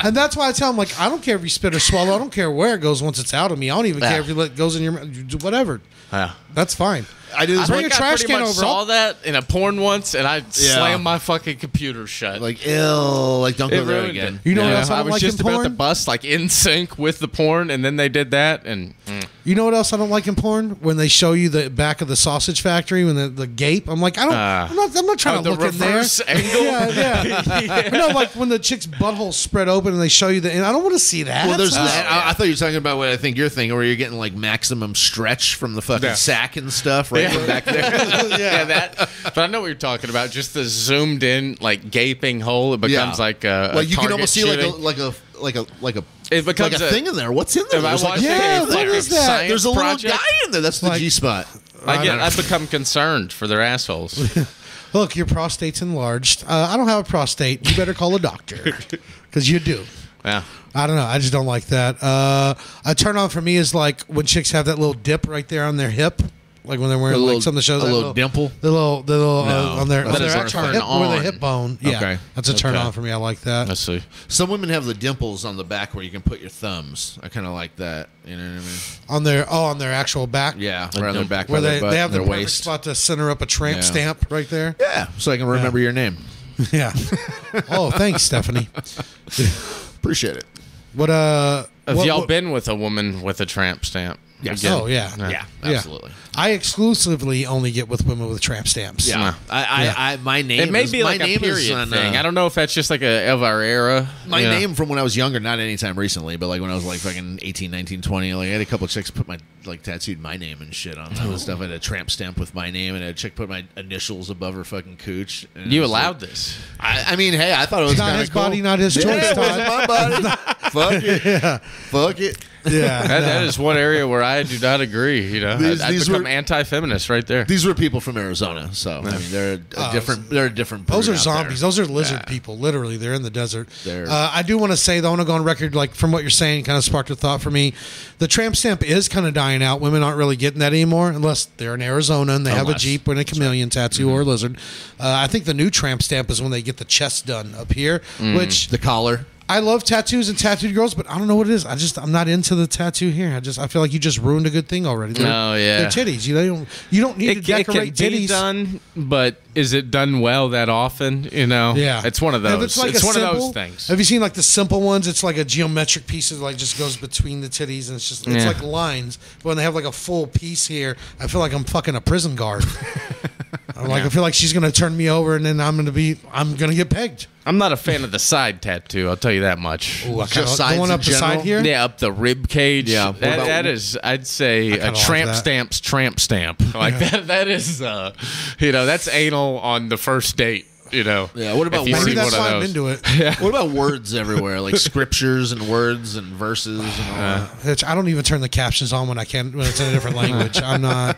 And that's why I tell them like, I don't care if you spit or swallow. I don't care where it goes once it's out of me. I don't even care if you let it goes in your mouth. You do Whatever. Yeah. That's fine. I do this Bring I a think I trash pretty can much over. saw that in a porn once, and I slammed my fucking computer shut. like ill, like don't it go there ruined again. it. You know what Yeah. else I I don't was like just in about to porn? bust like in sync with the porn, and then they did that, and mm, You know what else I don't like in porn? When they show you the back of the sausage factory when the, the gape. I'm like, I don't. Ah. I'm not. I'm not trying Oh, to the look in there. reverse angle? Yeah, yeah. No, like when the chick's butthole spread open and they show you the. And I don't want to see that. Uh, Well, there's That's that. I, I thought you were talking about what I think you're thinking, where you're getting like maximum stretch from the fucking Yeah. sack and stuff, right Yeah. from back there. yeah. that. But I know what you're talking about. Just the zoomed in, like gaping hole. It becomes like a, a like you can target almost see shooting. like a like a like a like a It becomes like a, a- thing in there. What's in there? If I There's, watched like, Yeah, a, what like, is that? science there's a little project, guy in there. That's the Like- G spot. I get. don't know. I become concerned for their assholes. Look, your prostate's enlarged. Uh, I don't have a prostate. You better call a doctor because you do. yeah. I don't know. I just don't like that. Uh, a turn on for me is like when chicks have that little dip right there on their hip like when they're wearing A like little- some of the shows. a that little dimple? the little, the little uh, No, on their, that's on their a actual turn hip, where the on. hip bone. Yeah, Okay. that's a turn Okay. on for me. I like that. I see. Some women have the dimples on the back where you can put your thumbs. I kind of like that. You know what I mean? on their, oh, on their actual back. Yeah, right on their dimple. back, where by they, their butt, they have the their perfect waist. spot to center up a tramp Yeah. stamp right there. Yeah, so I can remember your name. Yeah. oh, thanks, Stephanie. Appreciate it. What uh? Have what- y'all what- been with a woman with a tramp stamp? Yes. Again? Oh yeah. Yeah, Yeah. absolutely. I exclusively only get with women with tramp stamps. Yeah, I, I, Yeah. I, my name. It may is, be like my a name is period on, uh, thing. I don't know if that's just like a of our era. My you know. name from when I was younger, not anytime recently, but like when I was like fucking 18, 19, 20, like I had a couple of chicks put my like tattooed my name and shit on them and stuff. I had a tramp stamp with my name and a chick put my initials above her fucking cooch. And it You was allowed like- this. I, I mean, hey, I thought it was Not kinda his cool. body, not his Yeah, choice, it was Todd. my body. Fuck it. Fuck it. Yeah. That, that no. is one area where I do not agree. You know, These- I, I these become were- anti-feminist right there. These were people from Arizona, so I mean, they're a different. They're a different. Oh, Those breed are out there. zombies. Those are lizard people. Literally, they're in the desert. They're- Uh, I do want to say, though, I want to go on record. Like from what you're saying, kind of sparked a thought for me. The tramp stamp is kind of dying out. Women aren't really getting that anymore, unless they're in Arizona and they have a Unless. jeep and a chameleon tattoo or a Mm-hmm. lizard. Uh, I think the new tramp stamp is when they get the chest done up here, Mm. which The collar. I love tattoos and tattooed girls, but I don't know what it is. I just I'm not into the tattoo here. I just I feel like you just ruined a good thing already. They're- No, Oh, yeah. they're titties. You know, you don't you don't need to It, it decorate can be titties. done, but is it done well that often? You know, Yeah, it's one of If those. It's, like a one of simple- those things. Have you seen like the simple ones? It's like a geometric piece that like just goes between the titties, and it's just it's Yeah. like lines. But when they have like a full piece here, I feel like I'm fucking a prison guard. I'm like I feel like she's gonna turn me over, and then I'm gonna be I'm gonna get pegged. I'm not a fan of the side tattoo. I'll tell you that much. Ooh, I Just kinda, sides the one in up the side general? here. Yeah, up the rib cage. Yeah. What that, about- that is, I'd say, a like tramp that. stamp's tramp stamp. Like that. That is, uh, you know, that's anal on the first date. You know. Yeah, what about If you one- See, see that's one why of I'm those. into it. What about words everywhere, like scriptures and words and verses and all that? Which Uh, I don't even turn the captions on when I can when it's in a different language. I'm not.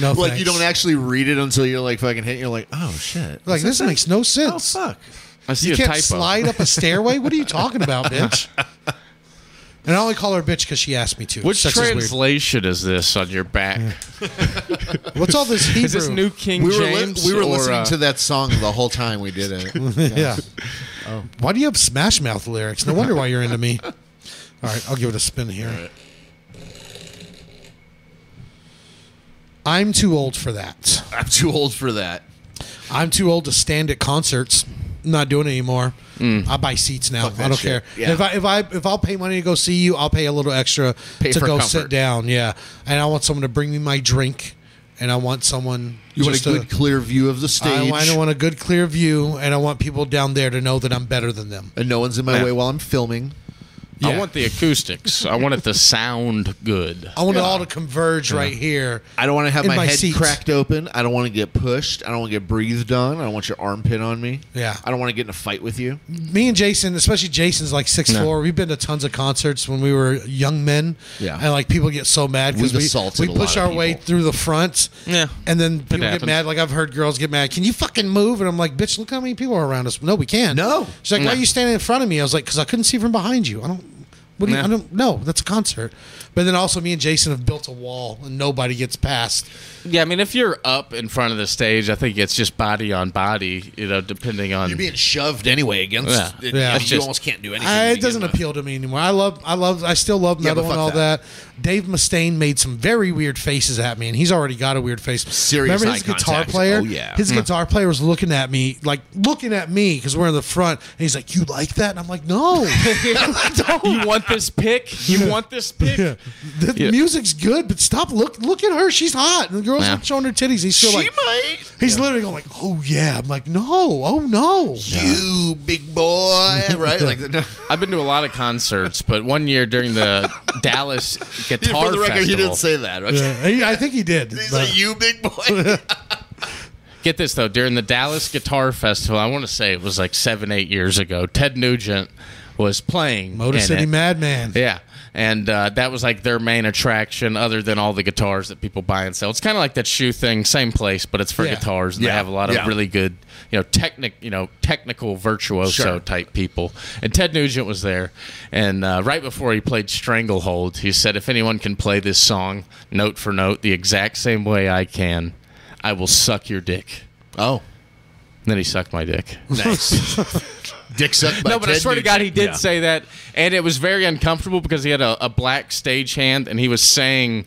No, Like thanks. you don't actually read it until you're like fucking hit. and You're like, oh shit. Like this makes no sense. fuck. I see You a can't typo. slide up a stairway. What are you talking about, bitch? And I only call her bitch because she asked me to. Which Sex is weird. translation is, this on your back? What's all this Hebrew? Is this New King We were li- James? we were or, listening uh, to that song the whole time we did it. yeah. Oh. Why do you have Smash Mouth lyrics? No wonder why you're into me. All right, I'll give it a spin here. I'm too old for that. I'm too old for that. I'm too old to stand at concerts. I'm not doing it anymore. I buy seats now. Mm. Fuck that I don't shit. care. Yeah. If I if I if I'll pay money to go see you, I'll pay a little extra Pay to for go comfort. sit down. Yeah, and I want someone to bring me my drink, and I want someone. You want a just to- good, clear view of the I, stage, I want a good clear view, and I want people down there to know that I'm better than them. and no one's in my Yeah. way while I'm filming. I want the acoustics. I want it to sound good. I want it all to converge right here. I don't want to have In my, my head seat. cracked open. I don't want to get pushed. I don't want to get breathed on. I don't want your armpit on me. Yeah. I don't want to get in a fight with you. me and Jason, especially Jason's like six four. We've been to tons of concerts when we were young men. Yeah. and like people get so mad because We've we assaulted we a push lot our of way people. through the front. Yeah. and then people get happens. mad. Like I've heard girls get mad. Can you fucking move? And I'm like, bitch, look how many people are around us. No, we can't. No. She's like, why No. are you standing in front of me? I was like, because I couldn't see from behind you. I don't. What do you, No. I don't know. That's a concert. But then also, me and Jason have built a wall, and nobody gets past. Yeah, I mean, if you're up in front of the stage, I think it's just body on body. You know, depending on. You're being shoved anyway against. Yeah. it- Yeah. You It's just- almost can't do anything. I, to it begin doesn't with. appeal to me anymore. I love, I love, I still love Yeah, another but one. fuck All that. that. Dave Mustaine made some very weird faces at me, and he's already got a weird face. Serious Remember eye his guitar contact. player? Oh, yeah. His guitar player was looking at me, like looking at me, because we're in the front, and he's like, "You like that?" And I'm like, "No, I don't." you want this pick? You want this pick? Yeah. The Yeah. music's good, but stop. Look, look at her. She's hot, and the girl's Yeah. not showing her titties. He's still like, might. he's literally going like, "Oh yeah." I'm like, "No, oh no." You big boy, right? Like the, I've been to a lot of concerts, but one year during the Dallas Guitar for the record, he Festival, didn't say that. Okay? Yeah, Uh, he- I think he did. He's but- like, you big boy. get this though, during the Dallas Guitar Festival, I want to say it was like seven, eight years ago. Ted Nugent was playing. Motor in City it. Madman. Yeah, and uh, that was like their main attraction, other than all the guitars that people buy and sell. It's kind of like that shoe thing, same place, but it's for Yeah. guitars, and Yeah. they have a lot of Yeah. really good, you know, technic, you know, technical virtuoso Sure. type people. And Ted Nugent was there, and uh, right before he played Stranglehold, he said, "If anyone can play this song note for note the exact same way I can, I will suck your dick." Oh, And then he sucked my dick. nice. Dick sucked by No, but I Ted swear to God, he Nugent. did Yeah. say that, and it was very uncomfortable because he had a, a black stage hand, and he was saying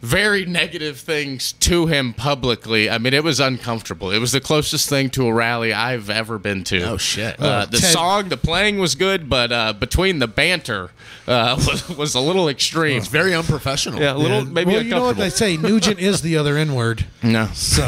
very negative things to him publicly. I mean, it was uncomfortable. It was the closest thing to a rally I've ever been to. Oh, shit. Uh, the Ted- song, the playing was good, but uh, between the banter uh, was, was a little extreme. It's very unprofessional. Oh, Yeah, a little Yeah. maybe well, you know what uncomfortable. they say. Nugent is the other N word. no, So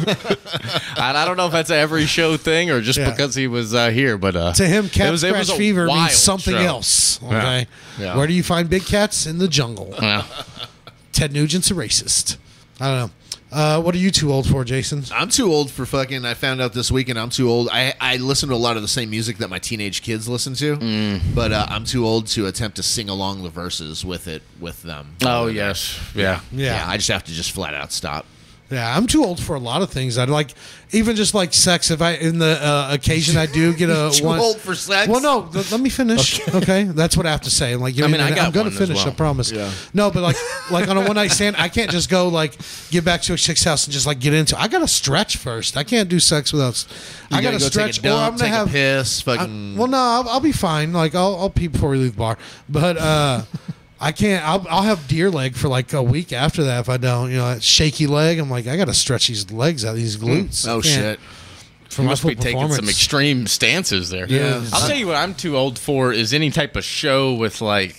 I, I don't know if that's a every show thing or just Yeah. because he was uh, here, but uh, to him, cat scratch a fever wild means something show. else. Okay. Yeah. Where do you find big cats in the jungle? Yeah. Ted Nugent's a racist. I don't know. Uh, what are you too old for, Jason? Uh, I'm too old for fucking. I found out this weekend I'm too old. I, I listen to a lot of the same music that my teenage kids listen to, but uh, I'm too old to attempt to sing along the verses with it with them. Oh yes, yeah. Yeah. I just have to just flat out stop. Yeah, I'm too old for a lot of things. I'd like, even just like sex. If I in the uh, occasion I do get a Too one, old for sex? Well, no, th- let me finish. Okay. that's what I have to say. I'm like, you I know, mean, I got I'm gonna one as finish. well. I promise. No, but like, like on a one night stand, I can't just go like get back to a chick's house and just like get into. it. I gotta stretch first. I can't do sex without. s- I gotta, go stretch, Take a dump, or I'm gonna take have a piss. I- Fucking. well, no, I'll, I'll be fine. Like I'll, I'll pee before we leave the bar, but uh, I can't. I'll, I'll have deer leg for like a week after that if I don't. You know, that shaky leg. I'm like, I got to stretch these legs out, these glutes. oh Can't- shit. For You my must full be taking some performance. extreme stances there. Yeah. I'll tell you what I'm too old for is any type of show with like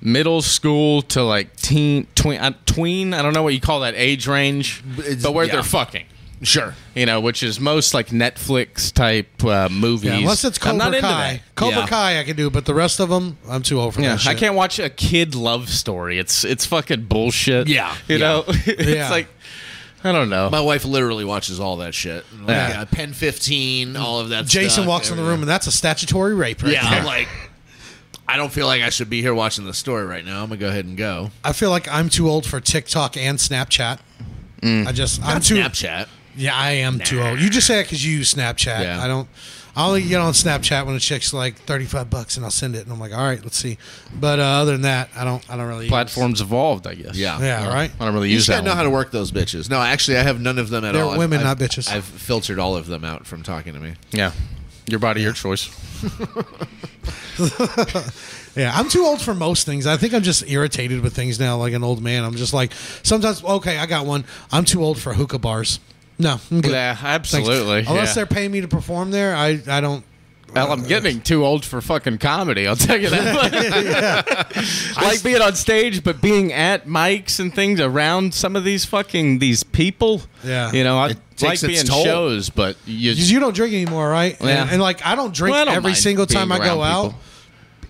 middle school to like teen tween uh, tween I don't know what you call that age range It's- but where yeah. they're fucking Sure. you know which is most like Netflix type uh, movies Yeah, unless it's I'm not Cobra into Kai. that. Cobra Yeah. Kai, I can do, but the rest of them, I'm too old for Yeah, that. Shit. I can't watch a kid love story. It's it's fucking bullshit. Yeah, you yeah. know, it's Yeah. like I don't know. My wife literally watches all that shit. Like, Yeah. uh, Pen 15, all of that Jason stuff. walks in the room, and that's a statutory rape. Right Yeah, there. I'm like, I don't feel like I should be here watching the story right now. I'm going to go ahead and go. I feel like I'm too old for TikTok and Snapchat. Mm. I just, I'm too. Snapchat. Yeah, I am too old. You just say it because you use Snapchat. Yeah. I don't. I only get on Snapchat when a chick's like thirty-five bucks, and I'll send it, and I'm like, all right, let's see. But uh, other than that, I don't. I don't really. use- Platforms evolved, I guess. Yeah. Yeah. Right. I don't really You use just gotta that. know one. how to work those bitches. No, actually, I have none of them at They're all. I've- women, I've- not bitches. I've filtered all of them out from talking to me. Yeah, your body, your choice. Yeah, I'm too old for most things. I think I'm just irritated with things now, like an old man. I'm just like sometimes. Okay, I got one. I'm too old for hookah bars. No, I'm good. Yeah, Thanks. absolutely. Unless yeah. they're paying me to perform there, I I don't. Well, I'm getting too old for fucking comedy. I'll tell you that. I like being on stage, but being at mics and things around some of these fucking these people. Yeah. you know, I like takes being its toll. shows, but you, 'Cause You don't drink anymore, right? Yeah. And, and, like I don't drink Well, I don't every mind single time I being go around out. people.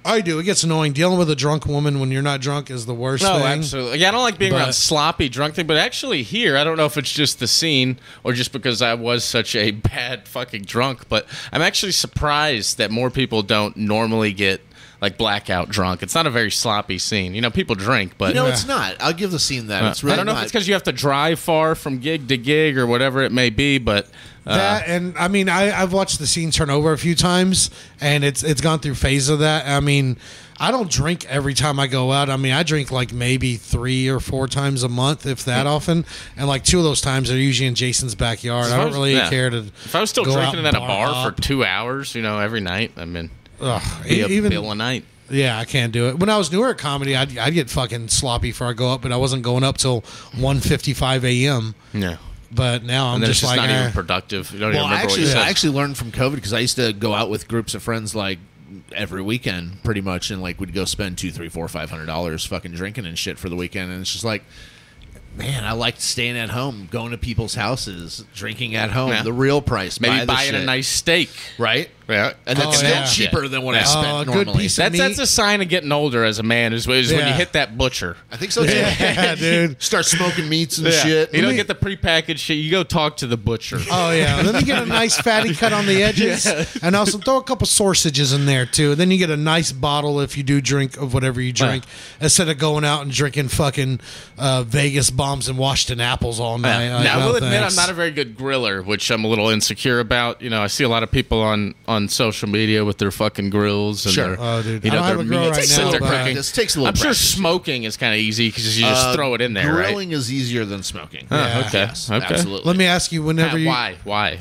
I do. It gets annoying. Dealing with a drunk woman when you're not drunk is the worst no, thing. absolutely. Yeah, I don't like being around But- sloppy drunk thing. But actually, here I don't know if it's just the scene or just because I was such a bad fucking drunk. But I'm actually surprised that more people don't normally get like blackout drunk. It's not a very sloppy scene. You know, people drink, but uh, No, it's not. I'll give the scene that. It's really I don't know not. if it's because you have to drive far from gig to gig or whatever it may be, but uh, That and I mean I, I've watched the scene turn over a few times and it's it's gone through phases of that. I mean I don't drink every time I go out. I mean I drink like maybe three or four times a month, if Hmm. that often. And like two of those times are usually in Jason's backyard. I I don't was- really yeah. care to. if I was still go out drinking and at a bar up. for two hours, you know, every night, I mean, Ugh, be a e- even bill a night. yeah, I can't do it. When I was newer at comedy, I'd, I'd get fucking sloppy before I go up, but I wasn't going up till 1.55 a.m. Yeah. But now I'm And then just, it's just like not eh. even productive. You don't well, even I remember actually, what you I said. actually learned from COVID because I used to go out with groups of friends like every weekend, pretty much, and like we'd go spend two, three, four, five hundred dollars fucking drinking and shit for the weekend, and it's just like. Man, I liked staying at home, going to people's houses, drinking at home. Yeah. The real price, Maybe buy the buying a shit, nice steak. right? Yeah, and that's Oh, still yeah. cheaper than what I Yeah. spent Oh, a good normally. piece of- That's that's Meat. a sign of getting older as a man is, is when you Yeah. hit that butcher. I think so too. Yeah, dude. Start smoking meats and Yeah. shit. You Let me- don't get the prepackaged shit. You go talk to the butcher. Oh yeah, let me get a nice fatty cut on the edges, and also throw a couple sausages in there too. Then you get a nice bottle if you do drink of whatever you drink, instead of going out and drinking fucking uh, Vegas bombs and Washington apples all night. Like, now, I no will admit thanks. I'm not a very good griller, which I'm a little insecure about. You know, I see a lot of people on on social media with their fucking grills and Sure. their, Oh, dude. you I know, don't their have a grill meats right that now, they're but- cooking. This takes a little I'm sure practice. smoking is kind of easy because you just Uh, throw it in there, right? Grilling is easier than smoking. Yeah. okay. Okay. Absolutely. Let me ask you, whenever Ah, you why? Why?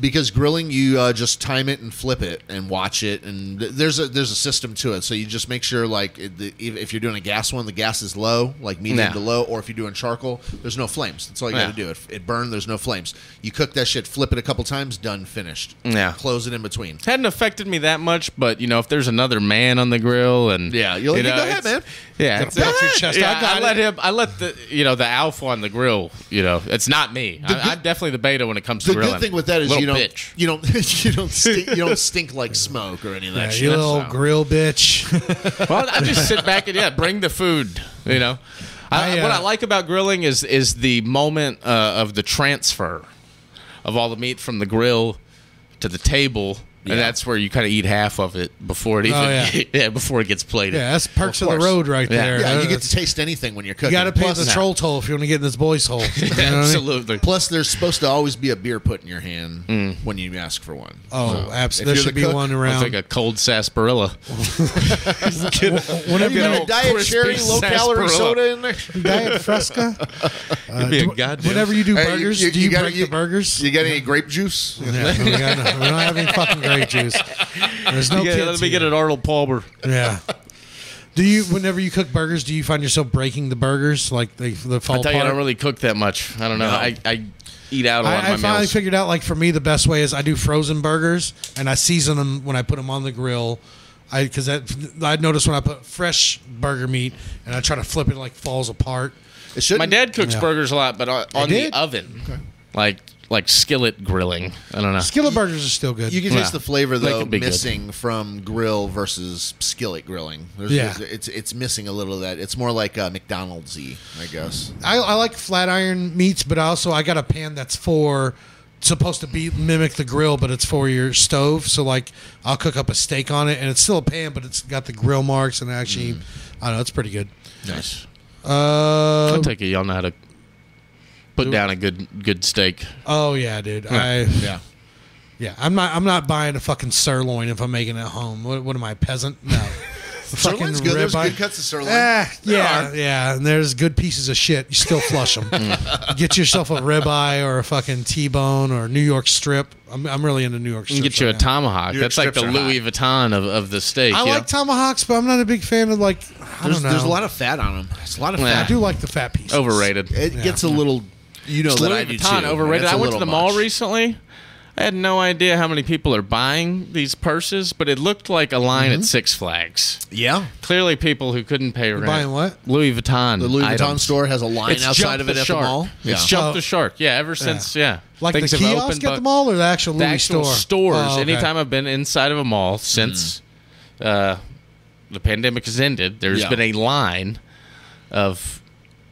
because grilling you uh, just time it and flip it and watch it and th- there's a there's a system to it so you just make sure like it- the- if if you're doing a gas one the gas is low like medium Yeah. to low or if you're doing charcoal there's no flames that's all you Yeah. got to do if it burned there's no flames you cook that shit flip it a couple times done finished Yeah. close it in between hadn't affected me that much, but you know, if there's another man on the grill and Yeah, you're like, know, "Go ahead, it's- man." Yeah, Gotta pat your chest, yeah, I got let it. him. I let the you know the alpha on the grill. You know, it's not me. I, good- I'm definitely the beta when it comes to the grilling. good thing with that is Little you don't bitch. you don't you don't stink, you don't stink like smoke or any of that Yeah, shit you little so. grill bitch. Well, I just sit back and yeah, bring the food. You know, I, I, uh, what I like about grilling is is the moment uh, of the transfer of all the meat from the grill to the table, and that's where you kind of eat half of it before it even Oh, yeah. yeah. before it gets plated. Yeah, that's perks Of of, the course. road right Yeah. there. yeah you That's- get to taste anything when you're cooking You got to pay Plus- the troll toll if you want to get in this boy's hole. You know what I mean? Absolutely. Mm. Plus, there's supposed to always be a beer put in your hand when you ask for one. Oh, If absolutely. you're There the should be cook, one It's like around. a cold sarsaparilla. Whenever you You Get got old a diet crispy cherry, low calorie sarsaparilla. soda in there. diet fresca, uh, be a do- goddamn- whenever you do Hey, burgers, you- do you you, gotta- break you- the burgers? You got any grape juice? Yeah, we, got no, we don't have any fucking grape juice. There's no Yeah, kids let me here. get an Arnold Palmer. Yeah. Do you, whenever you cook burgers, do you find yourself breaking the burgers like they, they fall I tell you, I apart? don't really cook that much. I don't know. I, I eat out a lot I, I of my finally meals. figured out like for me the best way is I do frozen burgers and I season them when I put them on the grill. I because that I notice when I put fresh burger meat and I try to flip it, it like falls apart. It shouldn't. my dad cooks Yeah. burgers a lot, but on, on the did? oven, like like skillet grilling. I don't know. Skillet burgers are still good. You can taste Yeah. the flavor They though can be good. missing from grill versus skillet grilling. There's, Yeah. there's- it's it's missing a little of that. It's more like uh, McDonald's-y, I guess. I, I like flat iron meats, but also I got a pan that's for supposed to be mimic the grill, but it's for your stove. So like I'll cook up a steak on it, and it's still a pan, but it's got the grill marks and Mm. actually, I don't know, it's pretty good. Nice. Uh, I'll take it. Y'all know how to put down a good good steak. oh yeah, dude. I Yeah. yeah, I'm not I'm not buying a fucking sirloin if I'm making it at home. What, what am I peasant? No. Fucking Sirloin's good. There's ribeye. good cuts of sirloin. Ah, yeah, are. yeah, and there's good pieces of shit. You still flush them. Mm. Get yourself a ribeye or a fucking T-bone or a New York strip. I'm, I'm really into New York You strip. can get you a tomahawk. Your That's like the strips are hot. Louis Vuitton of, of the steak. I you like know? tomahawks, but I'm not a big fan of like. I There's, don't know. there's a lot of fat on them. It's a lot of Yeah. I fat. do like the fat pieces. overrated. It gets a little. You know that I Louis do Vuitton too. overrated. It's a I went to little the mall much. recently. I had no idea how many people are buying these purses, but it looked like a line Mm-hmm. at Six Flags. Yeah. Clearly, people who couldn't pay rent. buying what? Louis Vuitton. The Louis Vuitton items. store has a line It's outside jumped of it the at shark. the mall. It's jumped Oh. the shark. Yeah, ever since. Yeah, Like Things the have kiosk opened at up- the mall or the actual the Louis actual store? stores. Oh, okay. Anytime I've been inside of a mall Mm-hmm. since uh, the pandemic has ended, there's Yeah. been a line of.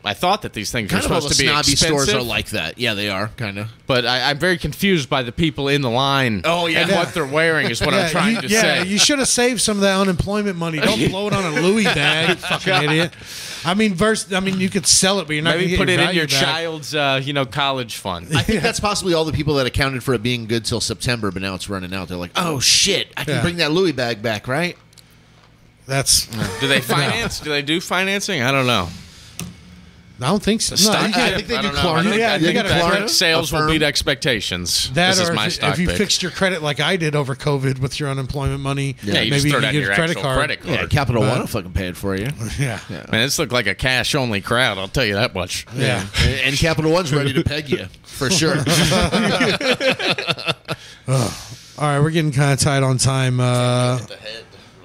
I thought that these things kind were of all supposed the to be snobby stores expensive, are like that. Yeah, they are kind of. but I, I'm very confused by the people in the line. Oh, yeah. and what they're wearing is what Yeah, I'm trying you, to yeah, say. you should have saved some of that unemployment money. Don't blow it on a Louis bag, you fucking idiot. I mean, verse. I mean, you could sell it, but you're not Maybe gonna put get it in value your back. child's, uh, you know, college fund. I think that's possibly all the people that accounted for it being good till September, but now it's running out. They're like, oh shit, I can Yeah. bring that Louis bag back, right? That's. do they finance? Do they do financing? I don't know. I don't think so. No, Stock you gotta- tip? I think they I do don't know. I Klarna. think- Yeah, I you think gotta that Klarna. direct sales will Affirm. beat expectations. That this or is if my you- stock if you pick. fixed your credit like I did over COVID with your unemployment money, yeah, you just maybe throw you could down get your a credit actual card. credit card. Yeah, Capital But- One will fucking pay it for you. Yeah. Man, this looked like a cash only crowd. I'll tell you that much. Yeah. and and Capital One's ready to peg you for sure. All right, we're getting kind of tight on time. Uh,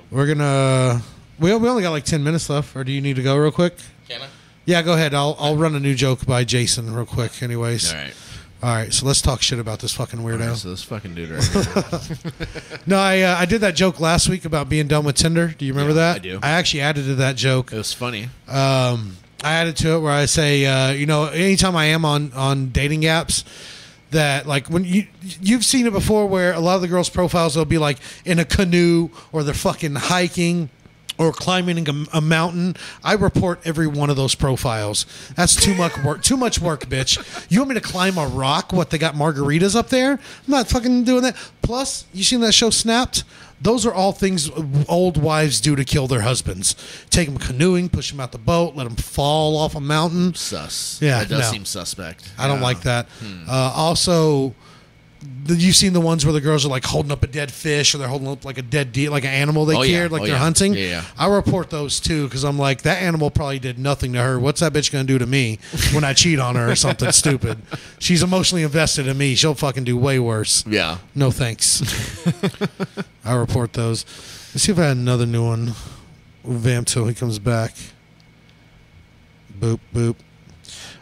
we're gonna. We, we only got like ten minutes left, or do you need to go real quick? Can I? Yeah, go ahead. I'll I'll run a new joke by Jason real quick. Anyways, All right. All right, so let's talk shit about this fucking Alright, weirdo. So this fucking dude right here. No, I uh, I did that joke last week about being done with Tinder. Do you remember Yeah, that? I do. I actually added to that joke. It was funny. um, I added to it where I say, uh, you know, anytime I am on on dating apps, that like when you you've seen it before, where a lot of the girls' profiles they'll be like in a canoe or they're fucking hiking. Or climbing a, a mountain, I report every one of those profiles. That's too much work. Too much work, bitch. You want me to climb a rock? What they got margaritas up there? I'm not fucking doing that. Plus, you seen that show Snapped? Those are all things old wives do to kill their husbands. Take them canoeing, push them out the boat, let them fall off a mountain. Sus. Yeah, That does no. seem suspect. I don't Yeah. Hmm. like that. Uh, also, the, you've seen the ones where the girls are like holding up a dead fish or they're holding up like a dead deer, like an animal they Oh, yeah. cared, like Oh, they're yeah. hunting. Yeah, yeah. I report those too because I'm like, that animal probably did nothing to her. What's that bitch going to do to me when I cheat on her or something stupid? She's emotionally invested in me. She'll fucking do way worse. Yeah. No thanks. I report those. Let's see if I had another new one. Vamp till he comes back. Boop boop.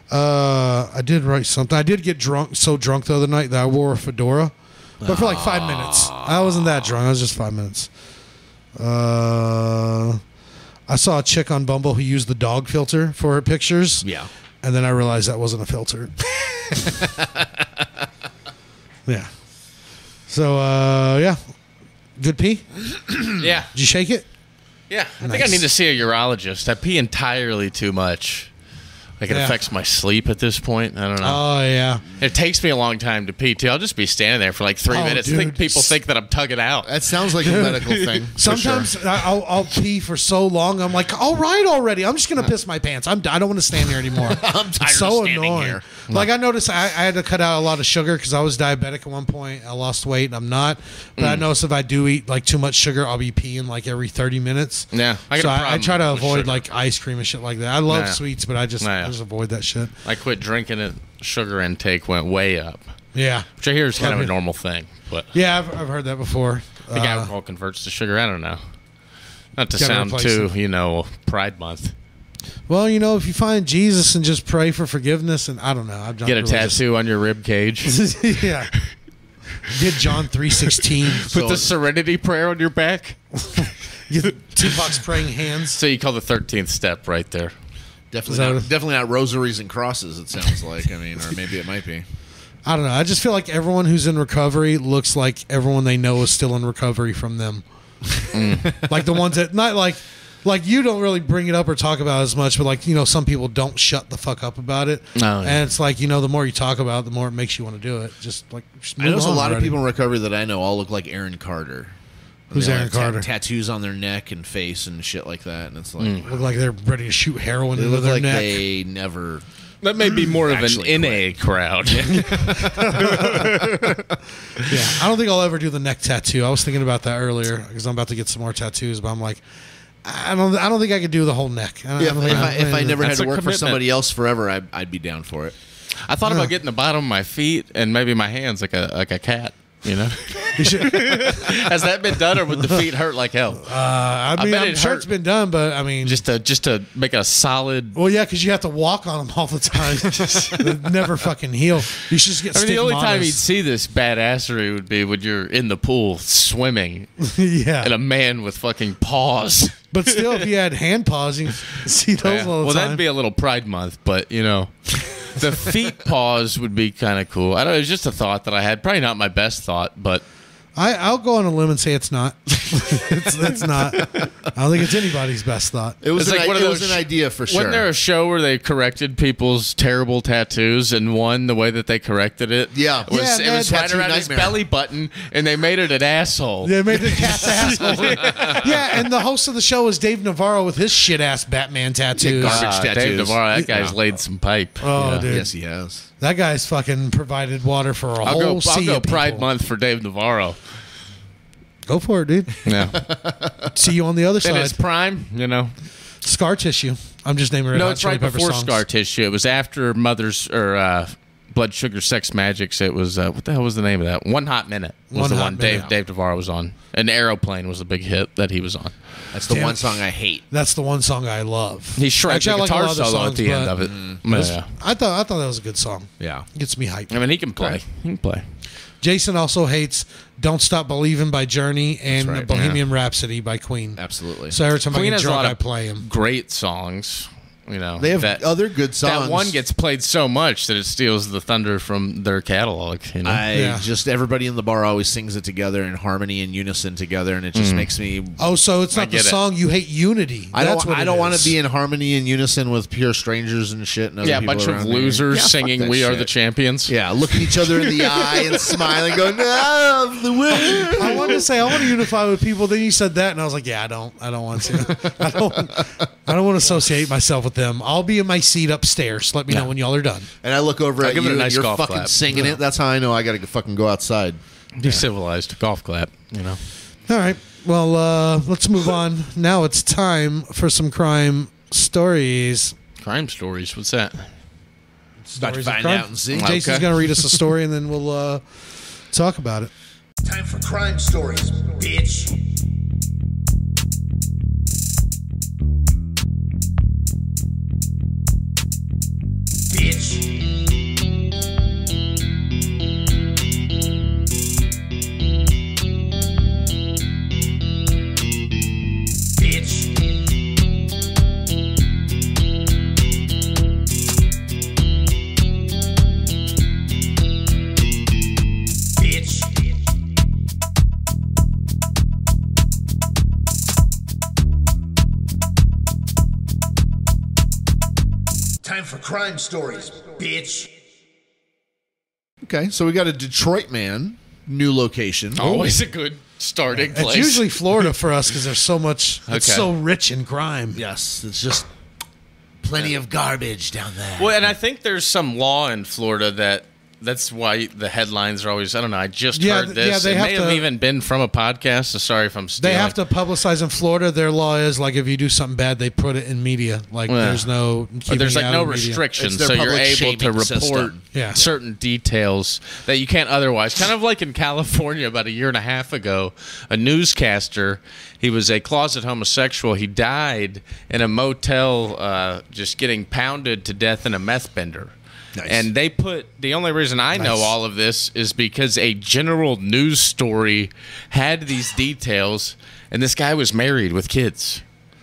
Uh, I did write something. I did get drunk, so drunk the other night that I wore a fedora, but for like five minutes. I wasn't that drunk. I was just five minutes. Uh, I saw a chick on Bumble who used the dog filter for her pictures. Yeah. And then I realized that wasn't a filter. yeah. So uh, yeah, good pee. Did Yeah. you shake it? Yeah. I think I Nice. need to see a urologist. I pee entirely too much. Like it Yeah. affects my sleep at this point. I don't know. Oh yeah. it takes me a long time to pee too. I'll just be standing there for like three Oh, minutes. I dude. Uh, think people think that I'm tugging out. That sounds like a medical thing. for Sometimes sure. I- I'll, I'll pee for so long. I'm like, all right, already. I'm just gonna piss my pants. I'm. d- I don't want to stand here anymore. I'm tired of so standing annoying. here. Like I noticed, I, I had to cut out a lot of sugar because I was diabetic at one point. I lost weight. and I'm not, but Mm. I notice if I do eat like too much sugar, I'll be peeing like every 30 minutes. Yeah, I got so a I, I problem try to with avoid sugar. like ice cream and shit like that. I love Yeah. sweets, but I just Yeah. I just avoid that shit. I quit drinking it. Sugar intake went way up, Yeah, which I hear is kind of a normal thing. But yeah, I've, I've heard that before. I think Uh, alcohol converts to sugar. I don't know. Not to Gotta sound replace too, it. you know, Pride Month. well, you know, if you find Jesus and just pray for forgiveness, and I don't know, I've Get a tattoo on your rib cage. yeah. Get John three sixteen. Put the serenity prayer on your back. get Tupac's praying hands. So you call the thirteenth step right there. Is Definitely that not, a- definitely not rosaries and crosses. It sounds like. I mean, or maybe it might be. I don't know. I just feel like everyone who's in recovery looks like everyone they know is still in recovery from them. Mm. like the ones that not like like you don't really bring it up or talk about it as much, but like you know some people don't shut the fuck up about it. Oh, No, yeah. and it's like you know the more you talk about, it, the more it makes you want to do it. Just like just I know move a on lot of already. people in recovery that I know all look like Aaron Carter. And Who's they all Aaron have ta- Carter? tattoos on their neck and face and shit like that, and it's like look like they're ready to shoot heroin they into look Hmm. their like neck. they never. That may be more of Actually an NA crowd. Yeah, I don't think I'll ever do the neck tattoo. I was thinking about that earlier because I'm about to get some more tattoos, but I'm like, I don't, I don't think I could do the whole neck. I don't- If, I don't think if I, I'm if I planning never to- had That's to a work for commitment. somebody else forever, I, I'd be down for it. I thought about getting the bottom of my feet and maybe my hands like a like a cat. You know, You should- uh, has that been done, or would the feet hurt like hell? I mean, bet I am it sure hurt. it's been done, but I mean, just to just to make a solid. well, yeah, because you have to walk on them all the time. They never fucking heal. You should just get. I mean, the only time you'd stigmatas. see this badassery would be when you're in the pool swimming yeah, and a man with fucking paws. but still, if you had hand paws, you see those Yeah. all the Well, time. that'd be a little Pride Month, but you know, the feet paws would be kind of cool. I don't. know. It's just a thought that I had. Probably not my best thought, but I, I'll go on a limb and say it's not. it's, it's not. I don't think it's anybody's best thought. It was It's an, like i- one of it was those an sh- idea for sure. wasn't there a show where they corrected people's terrible tattoos and one the way that they corrected it? Yeah. was, Yeah, it was that- right around his Tattoo nightmare. belly button, and they made it an asshole. They made the cat's asshole. yeah, and the host of the show is Dave Navarro with his shit ass Batman tattoos. Yeah, garbage. Ah, Dave tattoos. Navarro, that guy's laid some pipe. Oh, Yeah. dude, yes, he has. that guy's fucking provided water for a I'll whole go, I'll sea go of people. Pride Month for Dave Navarro. Go for it, dude. Yeah. See you on the other In side. his prime, you know. Scar tissue. I'm just naming it. No, Hot it's Chili right Pepper before songs. scar tissue. It was after Mother's or uh, Blood Sugar Sex Magics. It was uh, what the hell was the name of that? One Hot Minute was One the Hot one Minute. Dave Dave DeVar was on. An Aeroplane was a big hit that he was on. That's the Damn. one song I hate. That's the one song I love. He shredded Actually, I the like mm, a guitar lot of the solo at songs, the end but of it. Yeah. I thought I thought that was a good song. Yeah. Gets me hyped. I mean, he can play. He can play. Jason also hates "Don't Stop Believing" by Journey and right, "Bohemian Rhapsody" by Queen. Absolutely. So every time Queen I get has a drunk, lot I of play him. great songs. You know, they have that, other good songs. that one gets played so much that it steals the thunder from their catalog. You know, I Yeah. just everybody in the bar always sings it together in harmony and unison together, and it just makes me. Oh, so it's not the get it. song you hate. Unity. I That's don't. what I it don't want is. to be in harmony and unison with pure strangers and shit. And other yeah, a people bunch of around me. losers Yeah, fuck singing that "We Are the shit. Champions." Yeah, looking each other in the eye and smiling, going, "Ah, I'm the winner." I wanted to say I want to unify with people. Then you said that, and I was like, "Yeah, I don't. I don't want to. I don't. I don't want to associate myself with them. I'll be in my seat upstairs. Let me know when y'all are done." And I look over I'll at give you, it a and nice you're golf fucking clap. singing it. That's how I know I got to fucking go outside. be civilized. Golf clap. You know, All right. Well, uh, let's move on. Now it's time for some crime stories. crime stories. What's that? About to Stories of find crime. out and see. Jason's Okay. going to read us a story, and then we'll uh, talk about it. Time for crime stories, bitch. Bitch. Bitch. Bitch. Time for crime stories, bitch. Okay, so we got a Detroit man, new location. Always a good starting place. It's usually Florida for us because there's so much. It's Okay. so rich in crime. yes, it's just plenty of garbage down there. Well, and I think there's some law in Florida that that's why the headlines are always. I don't know. I just Yeah, th- heard this. yeah, they it may have have to- even been from a podcast. So sorry if I'm. Stealing. They have to publicize in Florida. Their law is like if you do something bad, they put it in media. Like Yeah. there's no But keeping there's it like out no of media. restrictions, It's so their you're public able to shaming report system. Yeah. certain details that you can't otherwise. Kind of like in California about a year and a half ago, a newscaster, he was a closet homosexual. He died in a motel, uh, just getting pounded to death in a meth bender. Nice. And they put the only reason I know all of this is because a general news story had these details, and this guy was married with kids.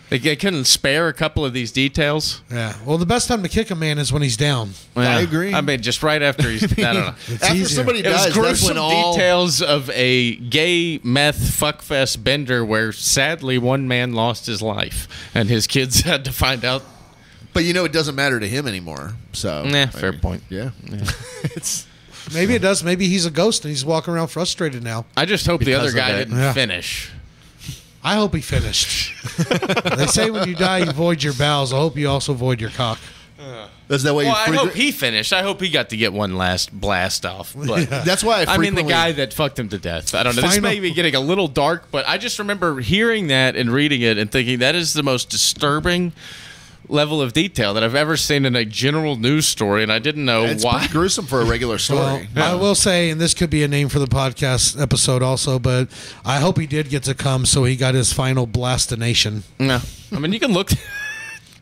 They, they couldn't spare a couple of these details. Yeah. Well, the best time to kick a man is when he's down. Yeah. I agree. I mean, just right after he's. I don't know. It's After easier. somebody It was dies, that's gruesome when all details of a gay meth fuckfest bender where sadly one man lost his life and his kids had to find out. But you know, it doesn't matter to him anymore. So, Nah, fair point. Yeah, Maybe it does. Maybe he's a ghost and he's walking around frustrated now. I just hope the Because other of guy that. didn't Yeah. finish. I hope he finished. they say when you die, you void your bowels. I hope you also void your cock. that's that way. Well, you I frequent- hope he finished. I hope he got to get one last blast off. But That's why I I mean, the frequently- guy that fucked him to death. I don't know. This Final- may be getting a little dark, but I just remember hearing that and reading it and thinking that is the most disturbing level of detail that I've ever seen in a general news story, and I didn't know It's why. pretty gruesome for a regular Well, story. I will say, and this could be a name for the podcast episode also, but I hope he did get to come so he got his final blastination. No, I mean you can look.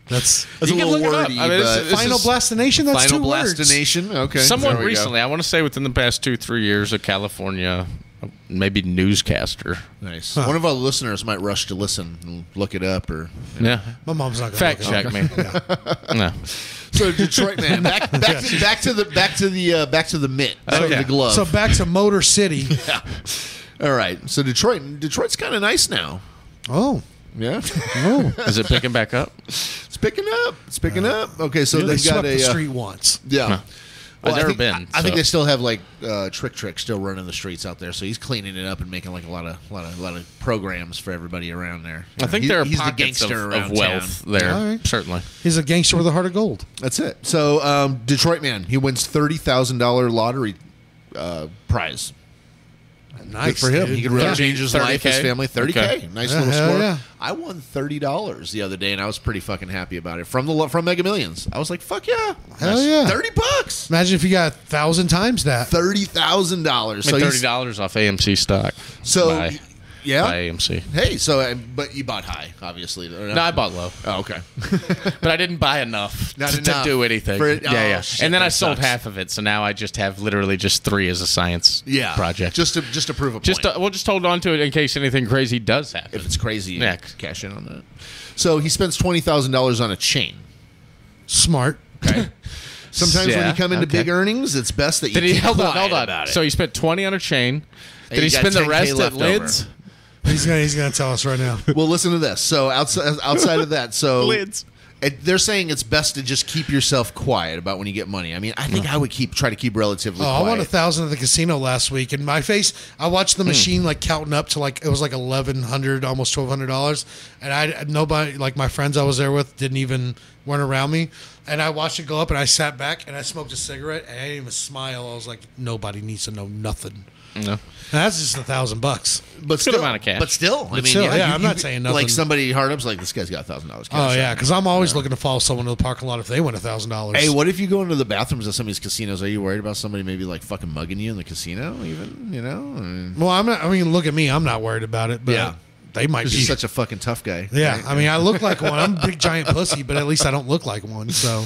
That's That's you a can little look it up. wordy, I mean, this but is- this final is blastination. That's final two words. blastination. Okay, Somewhat there we go. recently, I want to say within the past two three years, a California maybe newscaster. Nice. One of our listeners might rush to listen and look it up. Or Yeah, My mom's not gonna fact look it up. check me. No. so Detroit man. Back back to, back to the back to the uh, back to the mitt. Back to Okay. the glove. So back to Motor City. All right. So Detroit. Detroit's kind of nice now. Oh, Yeah, oh! Is it picking back up? it's picking up. It's Uh, picking up. Okay, so They they've got swept the a uh, street once. Yeah. I've never I think, been, I, I think so- they still have like uh, Trick Trick still running the streets out there, so he's cleaning it up and making like a lot of lot of lot of programs for everybody around there. I think He- there are he's the pockets of, gangster of around wealth town. there, All right. certainly. He's a gangster with a heart of gold. That's it. So um, Detroit man, he wins thirty thousand dollar lottery uh, prize. Nice for him. dude. He could really 30, change his life, his 30K. family. Thirty Okay. k, nice Yeah, little hell score. yeah. I won thirty dollars the other day, and I was pretty fucking happy about it from the lo- from Mega Millions. I was like, fuck yeah, Hell yeah. thirty bucks, Imagine if you got a thousand times that. thirty thousand dollars. I So made he's- thirty dollars off AMC stock. So by, yeah, by AMC. hey, so uh, but you bought high, obviously. or No, I bought low, Oh, okay. but I didn't buy enough Not to, to enough. do anything. For- yeah, oh, yeah. shit, and then that I sold sucks. half of it, so now I just have literally just three as a science Yeah, project. Just to just to prove a point. just uh, we'll just hold on to it in case anything crazy does happen. if it's crazy, Yeah. cash in on that. So he spends twenty thousand dollars on a chain. Smart. Okay. Sometimes when Yeah, you come into okay. big earnings, it's best that you Did he keep hold on? quiet Hold on. about it. So he spent twenty on a chain. And Did you he got spend the 10K rest at left over. lids? He's gonna he's gonna tell us right now. well, listen to this. So outside outside of that, so Lids. It, they're saying it's best to just keep yourself quiet about when you get money. I mean, I think I would keep try to keep relatively. Oh, I quiet. won a thousand at the casino last week, and my face. I watched the machine like counting up to like it was like eleven hundred, almost twelve hundred dollars, and I nobody like my friends I was there with didn't even weren't around me, and I watched it go up, and I sat back and I smoked a cigarette, and I didn't even smile. I was like, nobody needs to know nothing. No. And that's just a thousand bucks. but still, amount of cash. But still, I But mean, still, yeah, you- I'm you- not saying nothing. Like somebody hard up's like this guy's got a thousand dollars. Oh yeah, because I'm always looking to follow someone to the parking lot if they win a thousand dollars. Hey, what if you go into the bathrooms of some of these casinos? Are you worried about somebody maybe like fucking mugging you in the casino? Even you know, I mean, Well, I'm not. I mean, look at me. I'm not worried about it, but Yeah. they might be. 'cause you're such a fucking tough guy. yeah, right? I mean, I look like one. I'm a big giant pussy, but at least I don't look like one. So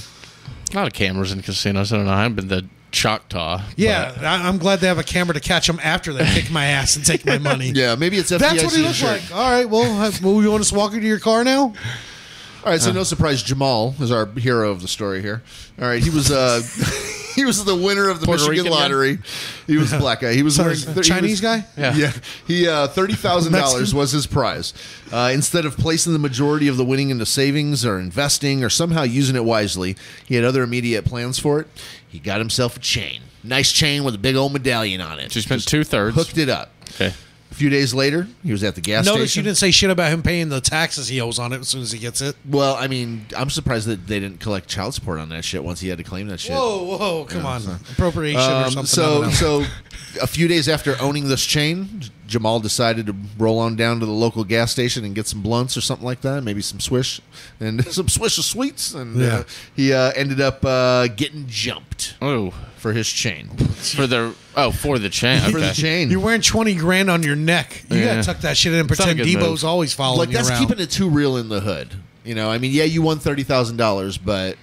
A lot of cameras in casinos. I don't know. I haven't been to Choctaw. yeah, I, I'm glad they have a camera to catch them after they kick my ass and take my money. yeah. Maybe it's FDIC That's what he looks insured. like. All right, well, I- well, you want us to walk into your car now? All right, so no surprise, Jamal is our hero of the story here. All right, he was uh, he was the winner of the Puerto Michigan Rican guy? lottery. He was a black guy. He was Sorry, wearing he was- Chinese guy? Yeah, Yeah. he uh, thirty thousand dollars Mexican? was his prize. Uh, instead of placing the majority of the winning into savings or investing or somehow using it wisely, he had other immediate plans for it. He got himself a chain, nice chain with a big old medallion on it. She spent two thirds. hooked it up. Okay. A few days later, he was at the gas Notice station. you didn't say shit about him paying the taxes he owes on it as soon as he gets it. Well, I mean, I'm surprised that they didn't collect child support on that shit once he had to claim that shit. Whoa, whoa, come on, appropriation or Um, something. so, I don't know. so a few days after owning this chain, J- Jamal decided to roll on down to the local gas station and get some blunts or something like that, maybe some swish and some swish of sweets, and Yeah. uh, he uh, ended up uh, getting jumped Oh, for his chain. for the oh for the chain. For the Okay. chain, You're wearing twenty grand on your neck. You Yeah. gotta tuck that shit in and pretend good move. Debo's always following like you that's around. keeping it too real in the hood. You know, I mean, yeah, you won thirty thousand dollars, but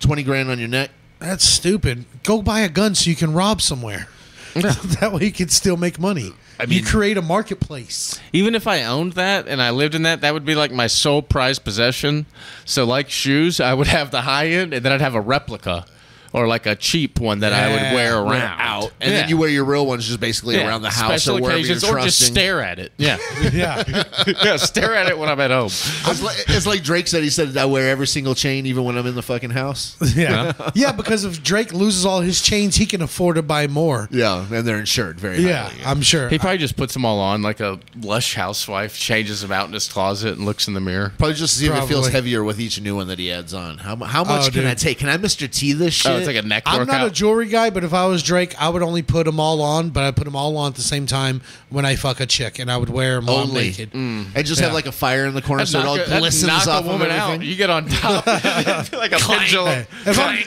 twenty grand on your neck. That's stupid. Go buy a gun so you can rob somewhere. that way you can still make money. you create a marketplace. Even if I owned that and I lived in that, that would be like my sole prized possession. So, like shoes, I would have the high end, and then I'd have a replica or like a cheap one that I Yeah, would wear wear around. out, and Yeah. then you wear your real ones just basically Yeah, around the house special or wherever occasions, you're or just trusting. stare at it. Yeah, Yeah. yeah, stare at it when I'm at home. It's like, it's like Drake said. He said, "I wear every single chain, even when I'm in the fucking house." yeah. Yeah, because if Drake loses all his chains, he can afford to buy more. yeah, and they're insured very Yeah, highly. I'm sure. He probably just puts them all on like a lush housewife, changes them out in his closet, and looks in the mirror. Probably just to see if it feels Probably. heavier with each new one that he adds on. How, mu- how much Oh, can I dude. take? Can I Mr. T this shit? Oh, it's like a neck I'm workout. not a jewelry guy, but if I was Drake, I would only put them all on, but I put them all on at the same time when I fuck a chick, and I would wear them all only, Mm. naked. and just have Yeah. like a fire in the corner That'd so it all knock a- that'd glistens off knock a of woman out. everything. You get on top like a pendulum. If I'm,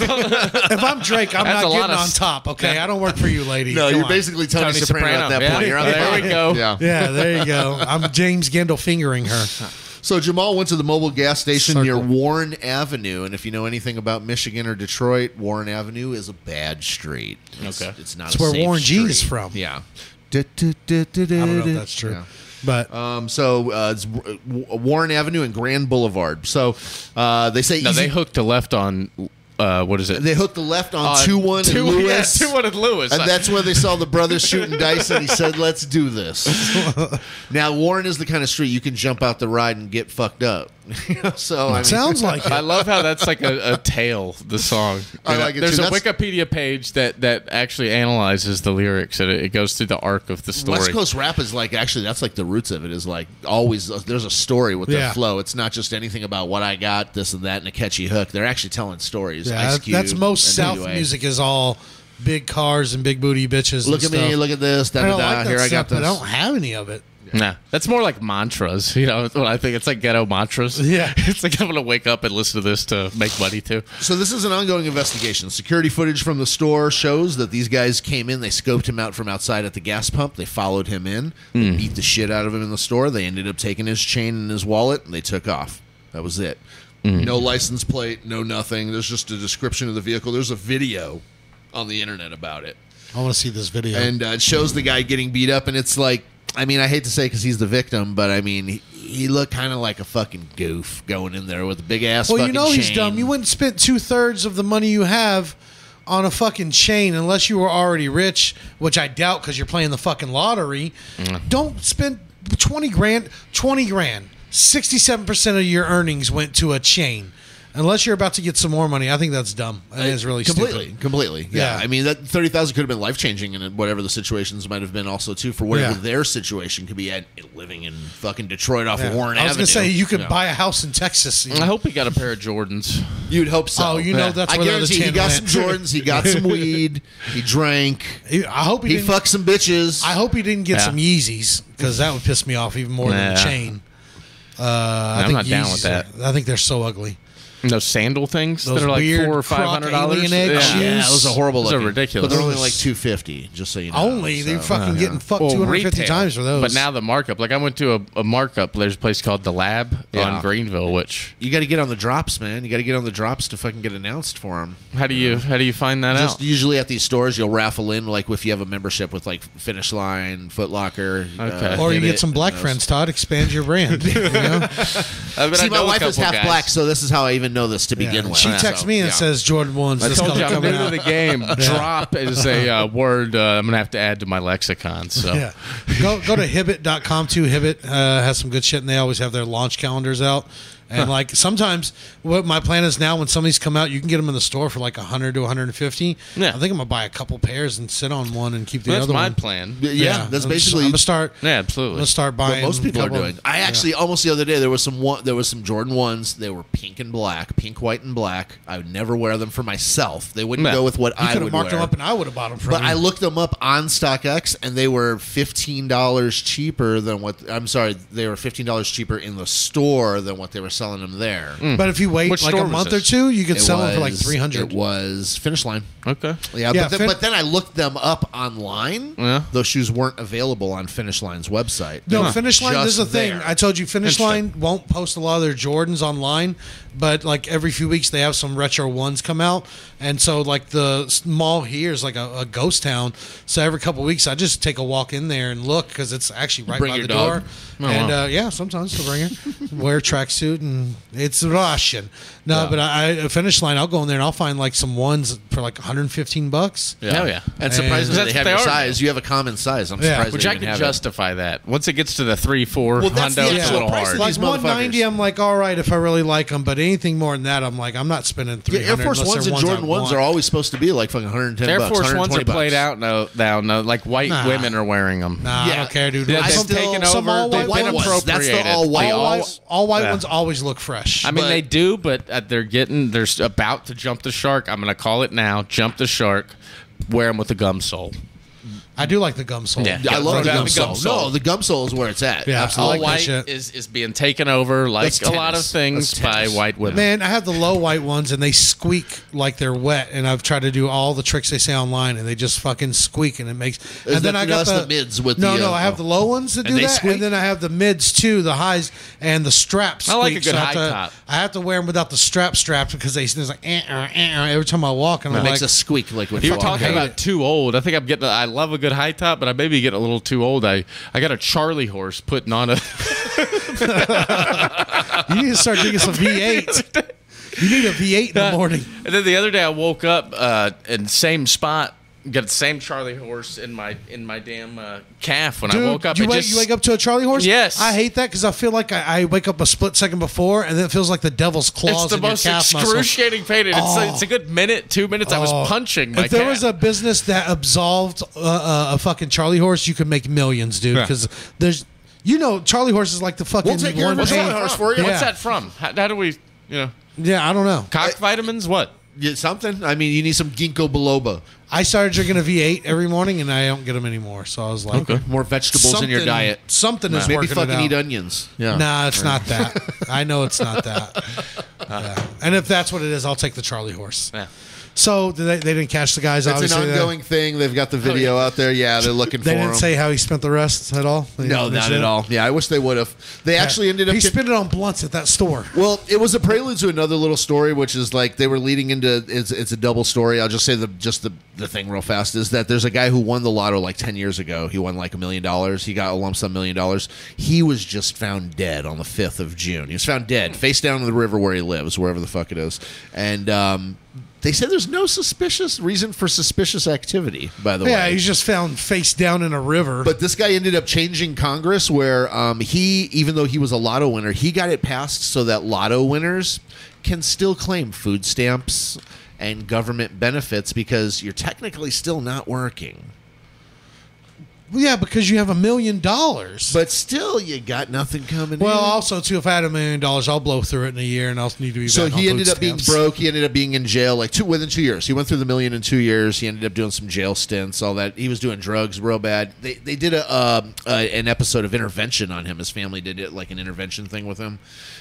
if I'm Drake, I'm That's not a lot getting of on s- top, okay? I don't work for you, lady. No, Come you're on. basically Tony, Tony Soprano, Soprano. at that Yeah. point. You're on the There we vine. go. Yeah. Yeah, there you go. I'm James Gendel fingering her. So Jamal went to the mobile gas station Circle. near Warren Avenue, and if you know anything about Michigan or Detroit, Warren Avenue is a bad street. It's, Okay. it's It's not. a where safe Warren G is street. from. Yeah. I don't know if that's true. Yeah. But Um, so uh, it's W- Warren Avenue and Grand Boulevard. So uh, they say no, easy- they hooked a left on uh, what is it? they hooked the left on Uh, two one two, yeah, Lewis, two one and Lewis. and that's where they saw the brothers shooting dice, and he said, "Let's do this." now Warren is the kind of street you can jump out the ride and get fucked up. so I mean, sounds like I it. love how that's like a, a tale. The song. I You know, like it There's too. a That's- Wikipedia page that that actually analyzes the lyrics and it, it goes through the arc of the story. West Coast rap is like actually that's like the roots of it is like always uh, there's a story with their Yeah. flow. It's not just anything about what I got, this and that, and a catchy hook. They're actually telling stories. Yeah, Ice that's- that's Cube, most South NWA. music is all big cars and big booty bitches. Look at and me, stuff. look at this, I da da don't like da. that Here I stuff, got this. but I don't have any of it. Nah, that's more like mantras. You know, that's what I think it's like ghetto mantras. Yeah. it's like I'm gonna wake up and listen to this to make money too. So this is an ongoing investigation. Security footage from the store shows that these guys came in. They scoped him out from outside at the gas pump. They followed him in. They beat the shit out of him in the store. They ended up taking his chain and his wallet, and they took off. That was it. No license plate. No nothing. There's just a description of the vehicle. There's a video on the internet about it I want to see this video. and uh, it shows the guy getting beat up, and it's like, I mean, I hate to say because he's the victim, but I mean, he, he looked kind of like a fucking goof going in there with a big ass. well, you fucking know he's chain. dumb. You wouldn't spend two thirds of the money you have on a fucking chain unless you were already rich, which I doubt because you're playing the fucking lottery. Mm. Don't spend twenty grand. Twenty grand. Sixty-seven percent of your earnings went to a chain. Unless you're about to get some more money, I think that's dumb. Uh, That is really completely, stupid. completely. Yeah. Yeah. I mean, that thirty thousand could have been life changing, and whatever the situations might have been, also too for whatever Yeah. their situation could be at living in fucking Detroit off of Yeah. Warren I was Avenue. gonna say you could Yeah. buy a house in Texas. you I know? hope he got a pair of Uh, Jordans. You'd hope so. Oh, you know that's I where the other guarantee he ten got some went. Jordans. He got some weed. He drank. He- I hope he, He didn't, fucked some bitches. I hope he didn't get Yeah. some Yeezys because that would piss me off even more than a Yeah. chain. Uh, I I'm think not down with Yeezys that. are- I think they're so ugly. And those sandal things Those that are like weird four or croc five hundred dollars. alien egg shoes. yeah, those are horrible. Those are looking. ridiculous. But they're only like two fifty. Just so you know. Only they're so. fucking getting fucked Well, 250 Oh, retail. times for those. But now the markup. Like I went to a, a markup. There's a place called the Lab Yeah. on Greenville. Which You got to get on the drops, man. You got to get on the drops to fucking get announced for them. how do you how do you find that Just out? usually at these stores, you'll raffle in like if you have a membership with like Finish Line, Foot Locker. uh, Okay. or you Hit get It, some black and those. friends, Todd. Expand your brand. you know? I mean, I See, my know a wife is couple half guys. black, so this is how I even know this to begin Yeah. with. She So, texts me and yeah. says Jordan ones. I This told color you I'm coming new to out. the game. Drop is a uh, word uh, I'm gonna have to add to my lexicon. So Yeah, go go to hibbit.com too. Hibbit uh, has some good shit, and they always have their launch calendars out. And like sometimes, what my plan is now, when some of these come out, you can get them in the store for like 100 to 150. Yeah. I think I'm gonna buy a couple pairs and sit on one and keep the that's other my one. plan. Yeah, yeah, that's I'm just- basically I'm gonna start. Yeah, I'm absolutely. gonna start buying. what most people a are couple- doing. I actually almost the other day there was some one, there was some Jordan ones. They were pink and black, pink, white, and black. I would never wear them for myself. They wouldn't No. go with what You I could would have marked wear. them up, and I would have bought them for But you. I looked them up on StockX, and they were fifteen dollars cheaper than what. I'm sorry, they were fifteen dollars cheaper in the store than what they were selling them there. But if you wait Which like store a was month or this? two, you could It sell them for like was- three It hundred. was Finish Line. Okay. Yeah, Yeah, but, then, Fin- but then I looked them up online. Yeah. Those shoes weren't available on Finish Line's website. They No, were Finish Line. This is just the thing. there. I told you, Finish Line Interesting. won't post a lot of their Jordans online, but like every few weeks they have some retro ones come out, and so like the s- mall here is like a, a ghost town. So every couple weeks, I just take a walk in there and look because it's actually right bring by your the dog? Oh, door. and uh, yeah, sometimes I'll bring her, wear a tracksuit, and it's Russian. No, but I, I Finish Line. I'll go in there and I'll find like some ones for like 115 bucks. Yeah. Hell yeah. And surprisingly, That's they what have they your are. size. You have a common size. I'm Yeah. surprised. Which they I even can have it. justify that. Once it gets to the three four Well, that's the Hondo, it's a actual little price hard. of Like these motherfuckers. 190, I'm like, all right, if I really like them, but anything more than that, I'm like, I'm not spending Yeah, 300. Air Force unless Ones they're and Jordan I Ones want. are always supposed to be like fucking 110 Air bucks. Force ones 120 are played bucks. out no, now. No, like white Nah. women are wearing them. Nah, I Yeah. don't care, dude. Yeah, I they've some- taken some over. all they've white been ones. That's the appropriated. all white They all, ones. white, all white Yeah. ones always look fresh. I mean, But- they do, but uh, they're getting they're s- about to jump the shark. I'm gonna call it now. Jump the shark. Wear them with a gum sole. I do like the gum sole. Yeah. I love the Yeah, gum the sole. gum sole. No, the gum sole is where it's at. Yeah. Absolutely. All like that white shit. is is being taken over, like That's a lot of tennis. things That's by tennis. white women. Man, I have the low white ones and they squeak like they're wet, and I've tried to do all the tricks they say online, and they just fucking squeak, and it makes. and that- then I no, got that's the mids with no, the, no. uh, I have the low ones that do they that, squeak? and then I have the mids too, the highs and the straps. I like a squeak, good I have high to- top. I have to wear them without the strap straps because they there's like eh, eh, eh, every time I walk, and It I'm makes like, a squeak like when You're fucking talking hate about too old. I think I'm getting. I love a good high top, but I maybe get a little too old. I, I got a Charlie horse putting on a. you need to start doing some V8. You need a V8 in the morning. And then the other day I woke up uh, in same spot, got the same Charlie horse in my in my damn uh, calf when Dude, I woke up. You, it wake, just- you wake up to a Charlie horse? Yes. I hate that because I feel like I, I wake up a split second before, and then it feels like the devil's claws It's the in your most calf muscle. excruciating pain. and It's, Oh. it's a good minute, two minutes. I Oh. was punching my If there calf. was a business that absolved uh, uh, a fucking Charlie horse, you could make millions, dude. Yeah. Because there's, you know, Charlie horse is like the fucking. We'll take care of one a What's thing- Charlie that horse from? for you. Yeah. What's that from? How, how do we, you know, Yeah, I don't know. cock vitamins? What? Yeah, something. I mean, you need some ginkgo biloba, I started drinking a V8 every morning, and I don't get them anymore. So I was like, more vegetables in your something- diet. Something is Maybe working it fucking out. eat onions. Yeah. Nah, it's not that. I know it's not that. Yeah. And if that's what it is, I'll take the Charlie horse. Yeah. So did they, they didn't catch the guys. It's obviously, an they- ongoing thing. They've got the video out there. Yeah, they're looking They, for didn't him. say how he spent the rest at all. They no, didn't not mention at it? all. Yeah, I wish they would have. They actually ended up. He con- spent it on blunts at that store. Well, it was a prelude to another little story, which is like they were leading into. It's, it's a double story. I'll just say the just the, the thing real fast is that there's a guy who won the lotto like ten years ago. He won like a million dollars. He got a lump sum million dollars. He was just found dead on the fifth of June. He was found dead, face down in the river where he lives, wherever the fuck it is. And um, they said there's no suspicious reason for suspicious activity. By the Yeah, way, he's just found face down in a river. but this guy ended up changing Congress where um, he, even though he was a lotto winner, he got it passed so that lotto winners can still claim food stamps and government benefits because you're technically still not working. yeah, because you have a million dollars. But still, you got nothing coming well, in. also too, if I had a million dollars, I'll blow through it in a year, and I'll need to be. So back on he food ended up being stamps. broke. He ended up being in jail like two within two years. He went through the million in two years. He ended up doing some jail stints, all that. He was doing drugs real bad. They they did a um uh, an episode of intervention on him. His family did it like an intervention thing with him,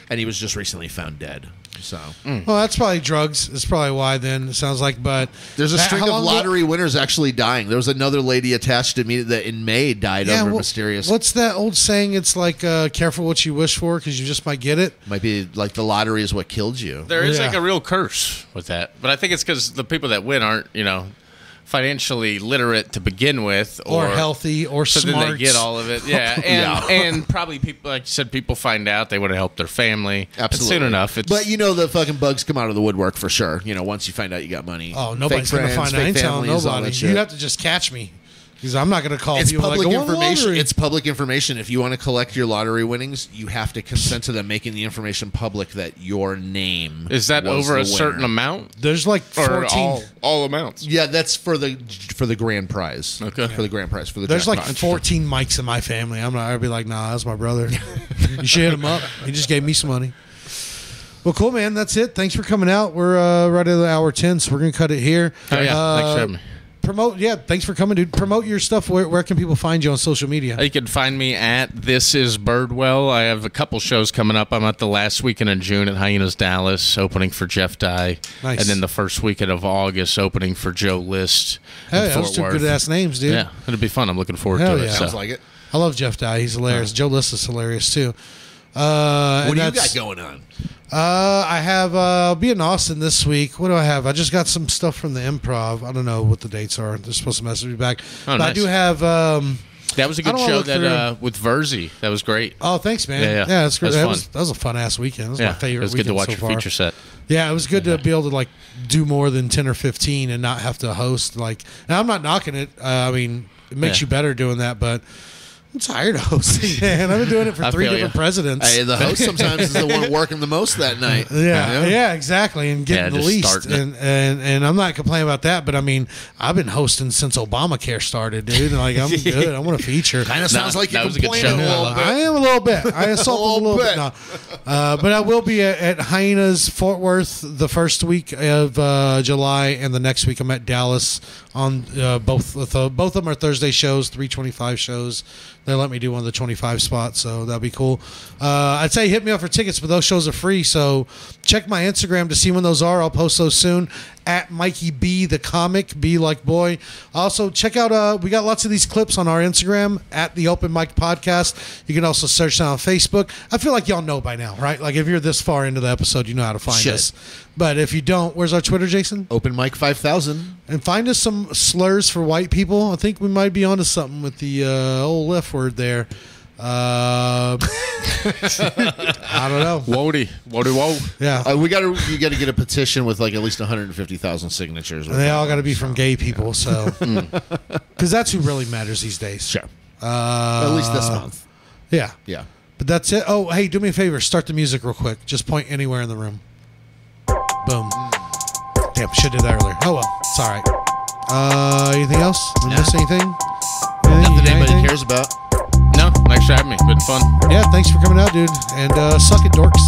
and he was just recently found dead. So Well, that's probably drugs. It's probably why. Then it sounds like, but there's a That- string how of long ago- lottery winners actually dying. There was another lady attached to me that in May died over wha- mysterious. What's that old saying? It's like uh, careful what you wish for because you just might get it. Might be like the lottery is what killed you. There is Yeah. like a real curse with that, but I think it's because the people that win aren't, you know, financially literate to begin with, Or, or, healthy, or So smart. then they get all of it, yeah, and Yeah. and probably people, like you said, people find out they want to help their family. And Absolutely. soon enough, it's But you know the fucking bugs come out of the woodwork for sure. You know once you find out you got money. oh, Fake nobody's gonna friends, find out. I fake ain't telling families, all nobody. that shit. You have to just catch me because I'm not gonna call it's people public like, "Go on the information. lottery." It's public information. If you want to collect your lottery winnings, you have to consent to them making the information public that your name is that was over the a winner. certain amount There's like or 14. all all amounts? Yeah, that's for the for the grand prize. Okay. for the grand prize for the There's like jackpot. 14 mics in my family. I'm not. I'd be like, nah, that's my brother. you should hit him up. He just gave me some money. Well, cool, man. That's it. Thanks for coming out. We're uh, right at the hour 10, so we're gonna cut it here. Oh, yeah. Uh, Thanks for having me. Promote, yeah. Thanks for coming, dude. Promote your stuff. Where, where can people find you on social media? You can find me at This Is Birdwell. I have a couple shows coming up. I'm at the last weekend in June at Hyenas Dallas, opening for Jeff Dye. Nice. And then the first weekend of August, opening for Joe List. in Hey, those Fort two Worth. good ass names, dude. Yeah, it'll be fun. I'm looking forward Hell to it. yeah. so. Sounds like it. I love Jeff Dye. He's Uh-huh. hilarious. Joe List is hilarious too. Uh, What and do you that's- got going on? Uh, I have. Uh, I'll be in Austin this week. What do I have? I just got some stuff from the Improv. I don't know what the dates are. They're supposed to message me back. but I Oh, nice. do have. Um, That was a I good don't wanna show look that through- uh, with Verzi. That was great. oh, thanks, man. Yeah, Yeah, yeah. that's great. That That's fun. was, that was a fun ass weekend. That was yeah, my favorite. it was good to weekend watch so your far. feature set. Yeah, it was good to be able to like do more than ten or fifteen and not have to host. Like, and I'm not knocking it. Uh, I mean, it makes Yeah. you better doing that, but. I'm tired of hosting, man. I've been doing it for I three feel ya. different presidents. Hey, the host sometimes is the one working the most that night. Yeah, yeah, exactly, and Yeah, getting the just least, starting it. and, and and I'm not complaining about that, but I mean, I've been hosting since Obamacare started, dude. Like I'm good. I want to feature. Kind of sounds like you're that was a good complaining a show. little bit. I am a little bit. I assaulted a little, bit. No. Uh, but I will be at, at Hyenas Fort Worth the first week of uh, July, and the next week I'm at Dallas on uh, both with, uh, both of them are Thursday shows, three twenty five shows. They let me do one of the twenty five spots, so that'll be cool. Uh, I'd say hit me up for tickets, but those shows are free, so check my Instagram to see when those are. I'll post those soon at Mikey B the comic, B like boy. Also check out uh we got lots of these clips on our Instagram at the Open Mic Podcast. You can also search that on Facebook. I feel like y'all know by now, right? Like if you're this far into the episode, you know how to find Should. us. But if you don't, where's our Twitter, Jason? Open mic five thousand. And find us some slurs for white people. I think we might be onto something with the uh, old F word there. Uh, I don't know. Woody, Woody, whoa. Yeah. Uh, we got to you got to get a petition with like at least one hundred and fifty thousand signatures. with And they that all one. got to be from gay people, so Hmm. because that's who really matters these days. sure. Uh, at least this month. Yeah. Yeah. But that's it. Oh, hey, do me a favor. Start the music real quick. Just point anywhere in the room. Boom. Damn, should did that earlier. Oh well, it's all right. Uh, anything else? Did I miss anything? Anything? You Nothing got anybody anything? cares about. No, thanks for having me. Been fun. Yeah, thanks for coming out, dude. And uh, suck it, dorks.